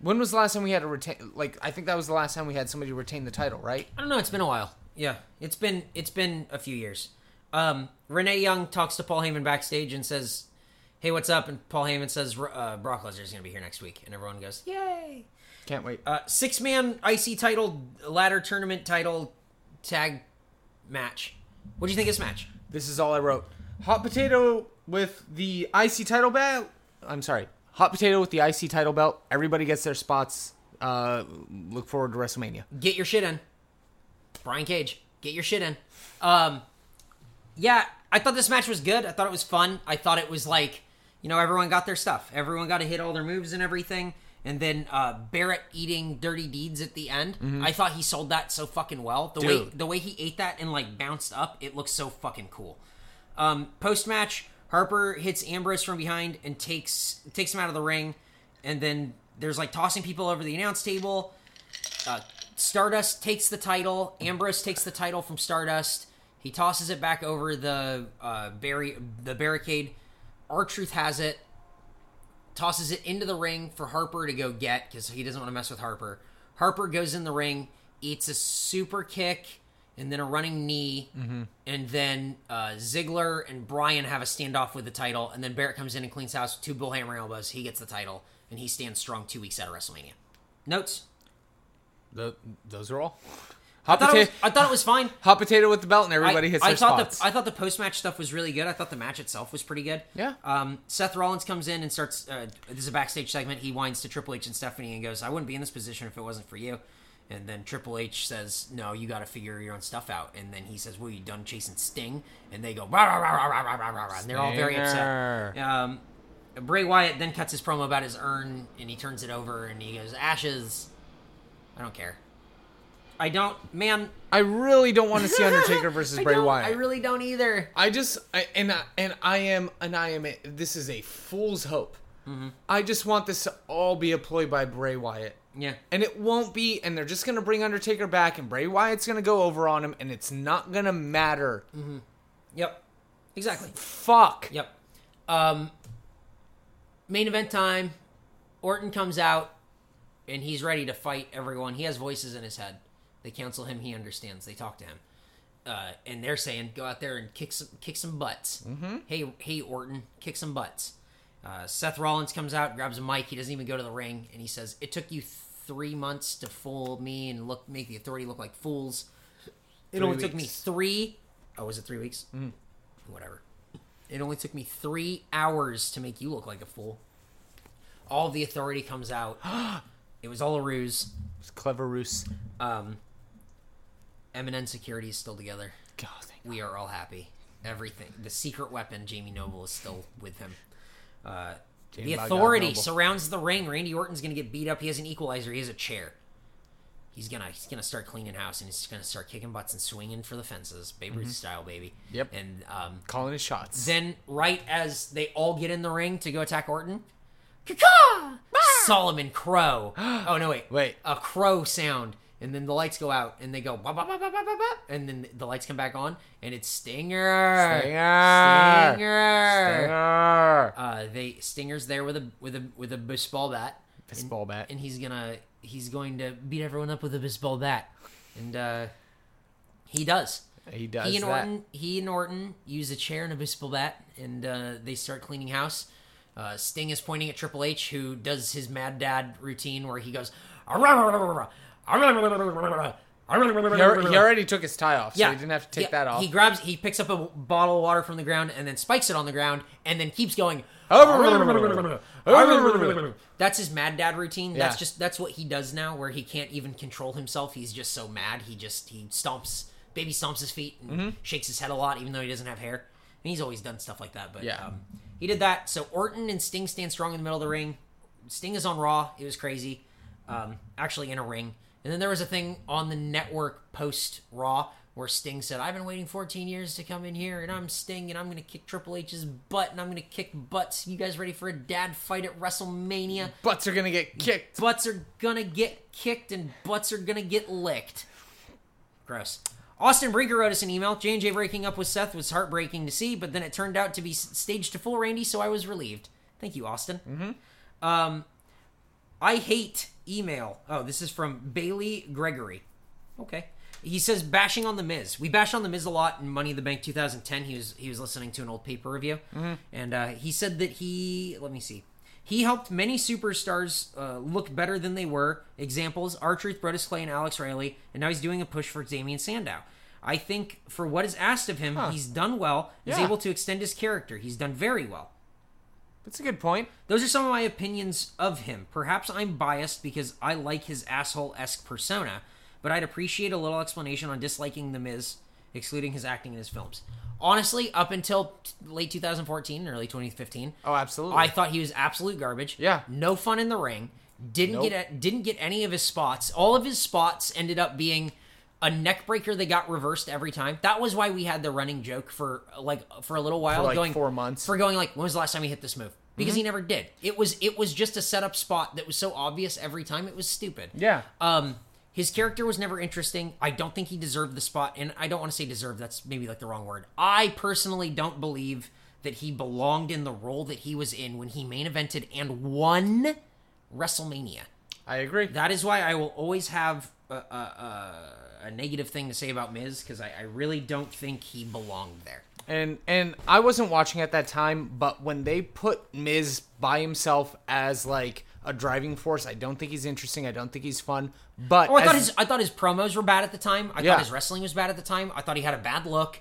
[SPEAKER 4] When was the last time we had a retain? Like I think that was the last time we had somebody retain the title, right?
[SPEAKER 3] I don't know. It's been a while. Yeah, it's been it's been a few years. Um, Renee Young talks to Paul Heyman backstage and says, "Hey, what's up?" And Paul Heyman says, uh, "Brock Lesnar is going to be here next week," and everyone goes, "Yay!"
[SPEAKER 4] Can't wait.
[SPEAKER 3] Uh, six man icy title ladder tournament title tag match. What do you think of this match?
[SPEAKER 4] This is all I wrote. Hot potato with the IC title belt. I'm sorry. Hot potato with the IC title belt. Everybody gets their spots. Uh, look forward to WrestleMania.
[SPEAKER 3] Get your shit in, Brian Cage. Get your shit in. Um, yeah, I thought this match was good. I thought it was fun. I thought it was like, you know, everyone got their stuff. Everyone got to hit all their moves and everything. And then uh, Barrett eating dirty deeds at the end. I thought he sold that so fucking well. The way
[SPEAKER 4] Dude.
[SPEAKER 3] the way he ate that and like bounced up, it looked so fucking cool. Um, Post match, Harper hits Ambrose from behind and takes takes him out of the ring. And then there's like tossing people over the announce table. Uh, Stardust takes the title. Ambrose takes the title from Stardust. He tosses it back over the uh, barri- the barricade. R Truth has it. Tosses it into the ring for Harper to go get because he doesn't want to mess with Harper. Harper goes in the ring, eats a super kick, and then a running knee, and then uh, Ziggler and Bryan have a standoff with the title, and then Barrett comes in and cleans house two bullhammer elbows. He gets the title, and he stands strong two weeks out of WrestleMania. Notes.
[SPEAKER 4] Tho- those are all.
[SPEAKER 3] I
[SPEAKER 4] Hot
[SPEAKER 3] thought, it
[SPEAKER 4] potato.
[SPEAKER 3] was, I thought it was fine.
[SPEAKER 4] Hot potato with the belt, and
[SPEAKER 3] I,
[SPEAKER 4] everybody hits
[SPEAKER 3] I
[SPEAKER 4] their
[SPEAKER 3] thought
[SPEAKER 4] spots.
[SPEAKER 3] the I thought the post match stuff was really good. I thought the match itself was pretty good.
[SPEAKER 4] Yeah.
[SPEAKER 3] Um, Seth Rollins comes in and starts. Uh, this is a backstage segment. He whines to Triple H and Stephanie and goes, "I wouldn't be in this position if it wasn't for you." And then Triple H says, "No, you got to figure your own stuff out." And then he says, "Well, you done chasing Sting?" And they go, rah, rah, rah, rah, rah, rah, rah, rah," and they're all very
[SPEAKER 4] Stinger.
[SPEAKER 3] upset. Um, Bray Wyatt then cuts his promo about his urn, and he turns it over, and he goes, "Ashes." I don't care. I don't, man.
[SPEAKER 4] I really don't want to see
[SPEAKER 3] <laughs>
[SPEAKER 4] Undertaker versus
[SPEAKER 3] I
[SPEAKER 4] Bray
[SPEAKER 3] don't-
[SPEAKER 4] Wyatt.
[SPEAKER 3] I really don't either.
[SPEAKER 4] I just I, and I, and I am and I am this is a fool's hope.
[SPEAKER 3] Mm-hmm.
[SPEAKER 4] I just want this to all be a ploy by Bray Wyatt.
[SPEAKER 3] Yeah.
[SPEAKER 4] And it won't be and they're just going to bring Undertaker back and Bray Wyatt's going to go over on him and it's not going to matter.
[SPEAKER 3] Mm. Yep. Exactly.
[SPEAKER 4] Fuck.
[SPEAKER 3] Yep. Um, main event time. Orton comes out, and he's ready to fight everyone. He has voices in his head. They counsel him. He understands. They talk to him, uh, and they're saying, "Go out there and kick some kick some butts." Mm-hmm. Hey, hey, Orton, kick some butts. Uh, Seth Rollins comes out, grabs a mic. He doesn't even go to the ring, and he says, "It took you three months to fool me and look make the authority look like fools. It only took me
[SPEAKER 4] weeks.
[SPEAKER 3] three. Oh, was it three weeks? Mm. Whatever." It only took me three hours to make you look like a fool. All the authority comes <gasps> out. it was all a ruse.
[SPEAKER 4] It's clever ruse.
[SPEAKER 3] Um, Eminem security is still together.
[SPEAKER 4] God, thank
[SPEAKER 3] We are all happy. Everything. The secret weapon, Jamie Noble, is still with him. Uh, the
[SPEAKER 4] Jamie by God
[SPEAKER 3] authority
[SPEAKER 4] Noble.
[SPEAKER 3] surrounds the ring. Randy Orton's gonna get beat up. He has an equalizer. He has a chair. He's gonna he's gonna start cleaning house and he's gonna start kicking butts and swinging for the fences, Babe Ruth style, baby.
[SPEAKER 4] Mm-hmm. Yep.
[SPEAKER 3] And um,
[SPEAKER 4] calling his shots.
[SPEAKER 3] then, right as they all get in the ring to go attack Orton, caw Solomon
[SPEAKER 4] <gasps>
[SPEAKER 3] Crow. Oh no, wait,
[SPEAKER 4] Wait.
[SPEAKER 3] a crow sound, and then the lights go out, and they go, "Bop, bop, bop, bop, bop, bop, bop," and then the lights come back on, and it's Stinger,
[SPEAKER 4] Stinger.
[SPEAKER 3] Stinger.
[SPEAKER 4] Stinger.
[SPEAKER 3] Uh, they Stinger's there with a with a with a baseball bat,
[SPEAKER 4] Baseball bat.
[SPEAKER 3] and he's gonna he's going to beat everyone up with a baseball bat, and uh, he does.
[SPEAKER 4] He does
[SPEAKER 3] He and
[SPEAKER 4] that.
[SPEAKER 3] Orton, he and Orton use a chair and a baseball bat, and uh, they start cleaning house. Uh, Sting is pointing at Triple H, who does his Mad Dad routine where he goes. "Arrah-rah-rah-rah-rah, arrah-rah-rah-rah-rah,
[SPEAKER 4] He, al-
[SPEAKER 3] arrah-rah-rah-rah-rah."
[SPEAKER 4] he already took his tie off, so he didn't have to take
[SPEAKER 3] He-
[SPEAKER 4] that off.
[SPEAKER 3] He grabs, he picks up a bottle of water from the ground and then spikes it on the ground and then keeps going. That's his mad dad routine. That's
[SPEAKER 4] Yeah.
[SPEAKER 3] just that's what he does now, where he can't even control himself. He's just so mad. He just he stomps, baby stomps his feet and
[SPEAKER 4] Mm-hmm.
[SPEAKER 3] shakes his head a lot, even though he doesn't have hair. And he's always done stuff like that. But
[SPEAKER 4] Yeah.
[SPEAKER 3] um, he did that. So Orton and Sting stand strong in the middle of the ring. Sting is on Raw. It was crazy. Um, actually, in a ring. And then there was a thing on the network post Raw where Sting said, "I've been waiting 14 years to come in here, and I'm Sting, and I'm gonna kick Triple H's butt, and I'm gonna kick butts. You guys ready for a dad fight at WrestleMania?
[SPEAKER 4] Butts are going to get kicked.
[SPEAKER 3] Butts are gonna get kicked, and butts are gonna get licked." Gross. Austin Breaker wrote us an email. J and J breaking up with Seth was heartbreaking to see, but then it turned out to be s- staged to full Randy, so I was relieved. Thank you, Austin. Um, I hate email. Oh, this is from Bailey Gregory. Okay. He says bashing on the Miz. We bash on the Miz a lot in Money in the Bank 2010. He was he was listening to an old paper review, and uh, he said that he let me see. He helped many superstars uh, look better than they were. Examples: R Truth, Brodus Clay, and Alex Riley. And now he's doing a push for Damian Sandow. I think for what is asked of him, he's done well. He's
[SPEAKER 4] Yeah.
[SPEAKER 3] able to extend his character. He's done very well.
[SPEAKER 4] That's a good point.
[SPEAKER 3] Those are some of my opinions of him. Perhaps I'm biased because I like his asshole esque persona, but I'd appreciate a little explanation on disliking The Miz, excluding his acting in his films. Honestly, up until t- late 2014, early 2015,
[SPEAKER 4] Oh, absolutely.
[SPEAKER 3] I thought he was absolute garbage.
[SPEAKER 4] Yeah.
[SPEAKER 3] no fun in the ring. Didn't
[SPEAKER 4] Nope.
[SPEAKER 3] get a, didn't get any of his spots. All of his spots ended up being a neck breaker that got reversed every time. That was why we had the running joke for like for a little while,
[SPEAKER 4] like,
[SPEAKER 3] going
[SPEAKER 4] four months.
[SPEAKER 3] for going like when was the last time he hit this move because he never did. It was it was just a setup spot that was so obvious every time it was stupid.
[SPEAKER 4] yeah.
[SPEAKER 3] Um, his character was never interesting. I don't think he deserved the spot, and I don't want to say deserved. That's maybe like the wrong word. I personally don't believe that he belonged in the role that he was in when he main evented and won WrestleMania.
[SPEAKER 4] I agree.
[SPEAKER 3] That is why I will always have a, a, a, a negative thing to say about Miz because I, I really don't think he belonged there.
[SPEAKER 4] and and I wasn't watching at that time, but when they put Miz by himself as like a driving force. I don't think he's interesting. I don't think he's fun. But
[SPEAKER 3] Oh, I thought
[SPEAKER 4] as-
[SPEAKER 3] his I thought his promos were bad at the time. I
[SPEAKER 4] Yeah.
[SPEAKER 3] thought his wrestling was bad at the time. I thought he had a bad look.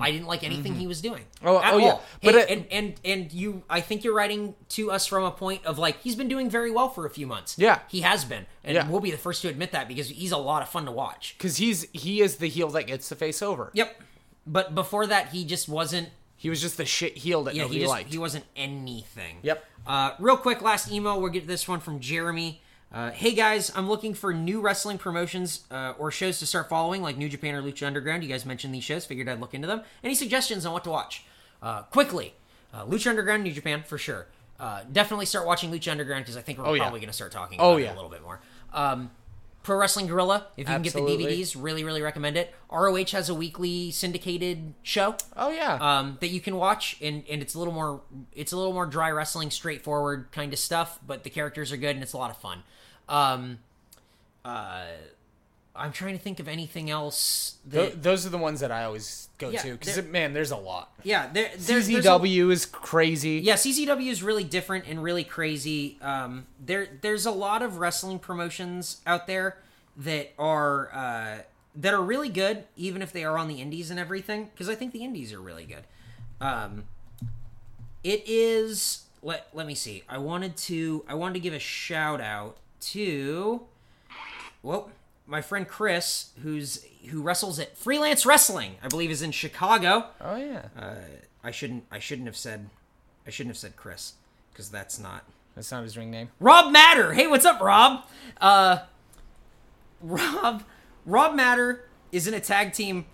[SPEAKER 3] I didn't like anything he was doing.
[SPEAKER 4] Oh,
[SPEAKER 3] at
[SPEAKER 4] oh,
[SPEAKER 3] all.
[SPEAKER 4] yeah. But
[SPEAKER 3] Hey,
[SPEAKER 4] it-
[SPEAKER 3] and and and you, I think you're writing to us from a point of like he's been doing very well for a few months.
[SPEAKER 4] Yeah.
[SPEAKER 3] he has been, and
[SPEAKER 4] Yeah.
[SPEAKER 3] we'll be the first to admit that because he's a lot of fun to watch.
[SPEAKER 4] because he's he is the heel that gets the face over.
[SPEAKER 3] Yep. But before that, he just wasn't.
[SPEAKER 4] He was just the shit heel that
[SPEAKER 3] Yeah,
[SPEAKER 4] nobody
[SPEAKER 3] he just
[SPEAKER 4] liked.
[SPEAKER 3] he wasn't anything.
[SPEAKER 4] Yep.
[SPEAKER 3] Uh, real quick, last email. We'll get this one from Jeremy. Uh, hey guys, I'm looking for new wrestling promotions uh, or shows to start following, like New Japan or Lucha Underground. You guys mentioned these shows, figured I'd look into them. Any suggestions on what to watch? Uh, quickly, uh, Lucha Underground, New Japan for sure. Uh, definitely start watching Lucha Underground because I think we're
[SPEAKER 4] yeah.
[SPEAKER 3] probably going to start talking
[SPEAKER 4] Oh,
[SPEAKER 3] about it
[SPEAKER 4] yeah.
[SPEAKER 3] a little bit more. Um, Pro Wrestling Gorilla, if you can get
[SPEAKER 4] Absolutely.
[SPEAKER 3] the DVDs, really, really recommend it. ROH has a weekly syndicated show
[SPEAKER 4] oh yeah,
[SPEAKER 3] um, that you can watch, and, and it's a little more it's a little more dry wrestling, straightforward kind of stuff. But the characters are good, and it's a lot of fun. Um, uh, I'm trying to think of anything else.
[SPEAKER 4] Tho-
[SPEAKER 3] That,
[SPEAKER 4] those are the ones that I always go
[SPEAKER 3] Yeah,
[SPEAKER 4] to because
[SPEAKER 3] they're-
[SPEAKER 4] man, there's a lot.
[SPEAKER 3] yeah, there, there's, there's a-
[SPEAKER 4] CZW is crazy.
[SPEAKER 3] yeah, CCW is really different and really crazy. Um, there, there's a lot of wrestling promotions out there that are uh, that are really good, even if they are on the indies and everything. Because I think the indies are really good. Um, it is. Let Let me see. I wanted to. I wanted to give a shout out to. Well, my friend Chris, who's who wrestles at Freelance Wrestling, I believe, is in Chicago.
[SPEAKER 4] Oh yeah,
[SPEAKER 3] Uh, I shouldn't I shouldn't have said I shouldn't have said Chris because that's not
[SPEAKER 4] that's not his ring name.
[SPEAKER 3] Rob Matter. Hey, what's up, Rob? Uh, Rob Rob Matter is in a tag team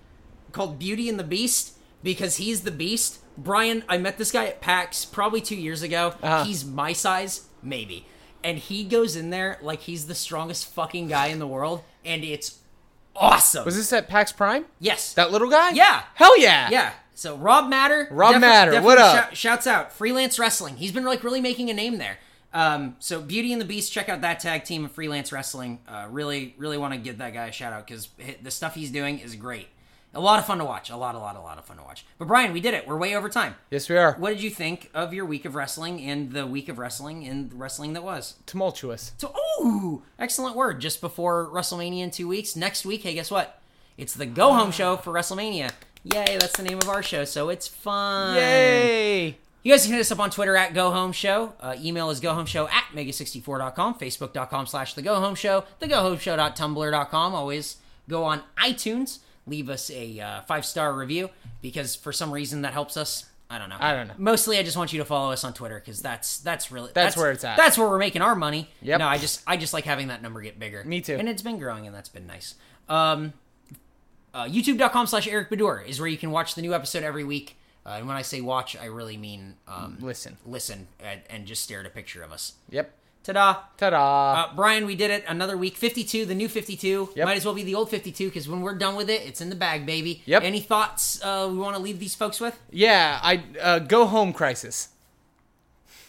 [SPEAKER 3] called Beauty and the Beast because he's the Beast. Brian, I met this guy at PAX probably two years ago.
[SPEAKER 4] Uh-huh.
[SPEAKER 3] He's my size, maybe, and he goes in there like he's the strongest fucking guy in the world, and it's awesome.
[SPEAKER 4] Was this at PAX Prime?
[SPEAKER 3] yes,
[SPEAKER 4] That little guy?
[SPEAKER 3] Yeah.
[SPEAKER 4] Hell yeah.
[SPEAKER 3] yeah. So Rob Matter.
[SPEAKER 4] Rob Matter, what up?
[SPEAKER 3] shou- shouts out freelance wrestling. He's been like really making a name there. Um, so Beauty and the Beast, check out that tag team of freelance wrestling. Uh, really, really want to give that guy a shout out because the stuff he's doing is great. A lot of fun to watch. A lot, a lot, a lot of fun to watch. But Brian, we did it. We're way over time.
[SPEAKER 4] Yes, we are.
[SPEAKER 3] What did you think of your week of wrestling and the week of wrestling and the wrestling that was?
[SPEAKER 4] Tumultuous.
[SPEAKER 3] So, ooh, excellent word. Just before WrestleMania in two weeks. Next week, hey, guess what? It's the go home show for WrestleMania. Yay, that's the name of our show, so it's fun.
[SPEAKER 4] Yay.
[SPEAKER 3] You guys can hit us up on Twitter at Go Home Show. Uh, email is gohomeshow at mega64.com, facebook.com slash The Go Home Show, thegohomeshow.tumblr.com. Always go on iTunes, leave us a uh, five star review because for some reason that helps us. I don't know.
[SPEAKER 4] I don't know.
[SPEAKER 3] Mostly, I just want you to follow us on Twitter because that's that's really
[SPEAKER 4] That's where it's at.
[SPEAKER 3] That's where we're making our money.
[SPEAKER 4] Yep.
[SPEAKER 3] No, I just I just like having that number get bigger.
[SPEAKER 4] Me too.
[SPEAKER 3] And it's been growing, and that's been nice. Um, uh, youtube.com slash eric bedour is where you can watch the new episode every week uh, and when i say watch i really mean um,
[SPEAKER 4] Listen.
[SPEAKER 3] listen and, and just stare at a picture of us
[SPEAKER 4] Yep.
[SPEAKER 3] ta-da
[SPEAKER 4] Ta-da.
[SPEAKER 3] uh, brian we did it another week 52 the new 52
[SPEAKER 4] Yep.
[SPEAKER 3] might as well be the old 52 because when we're done with it it's in the bag baby
[SPEAKER 4] Yep.
[SPEAKER 3] any thoughts uh, we want to leave these folks with
[SPEAKER 4] yeah. I uh, go home crisis.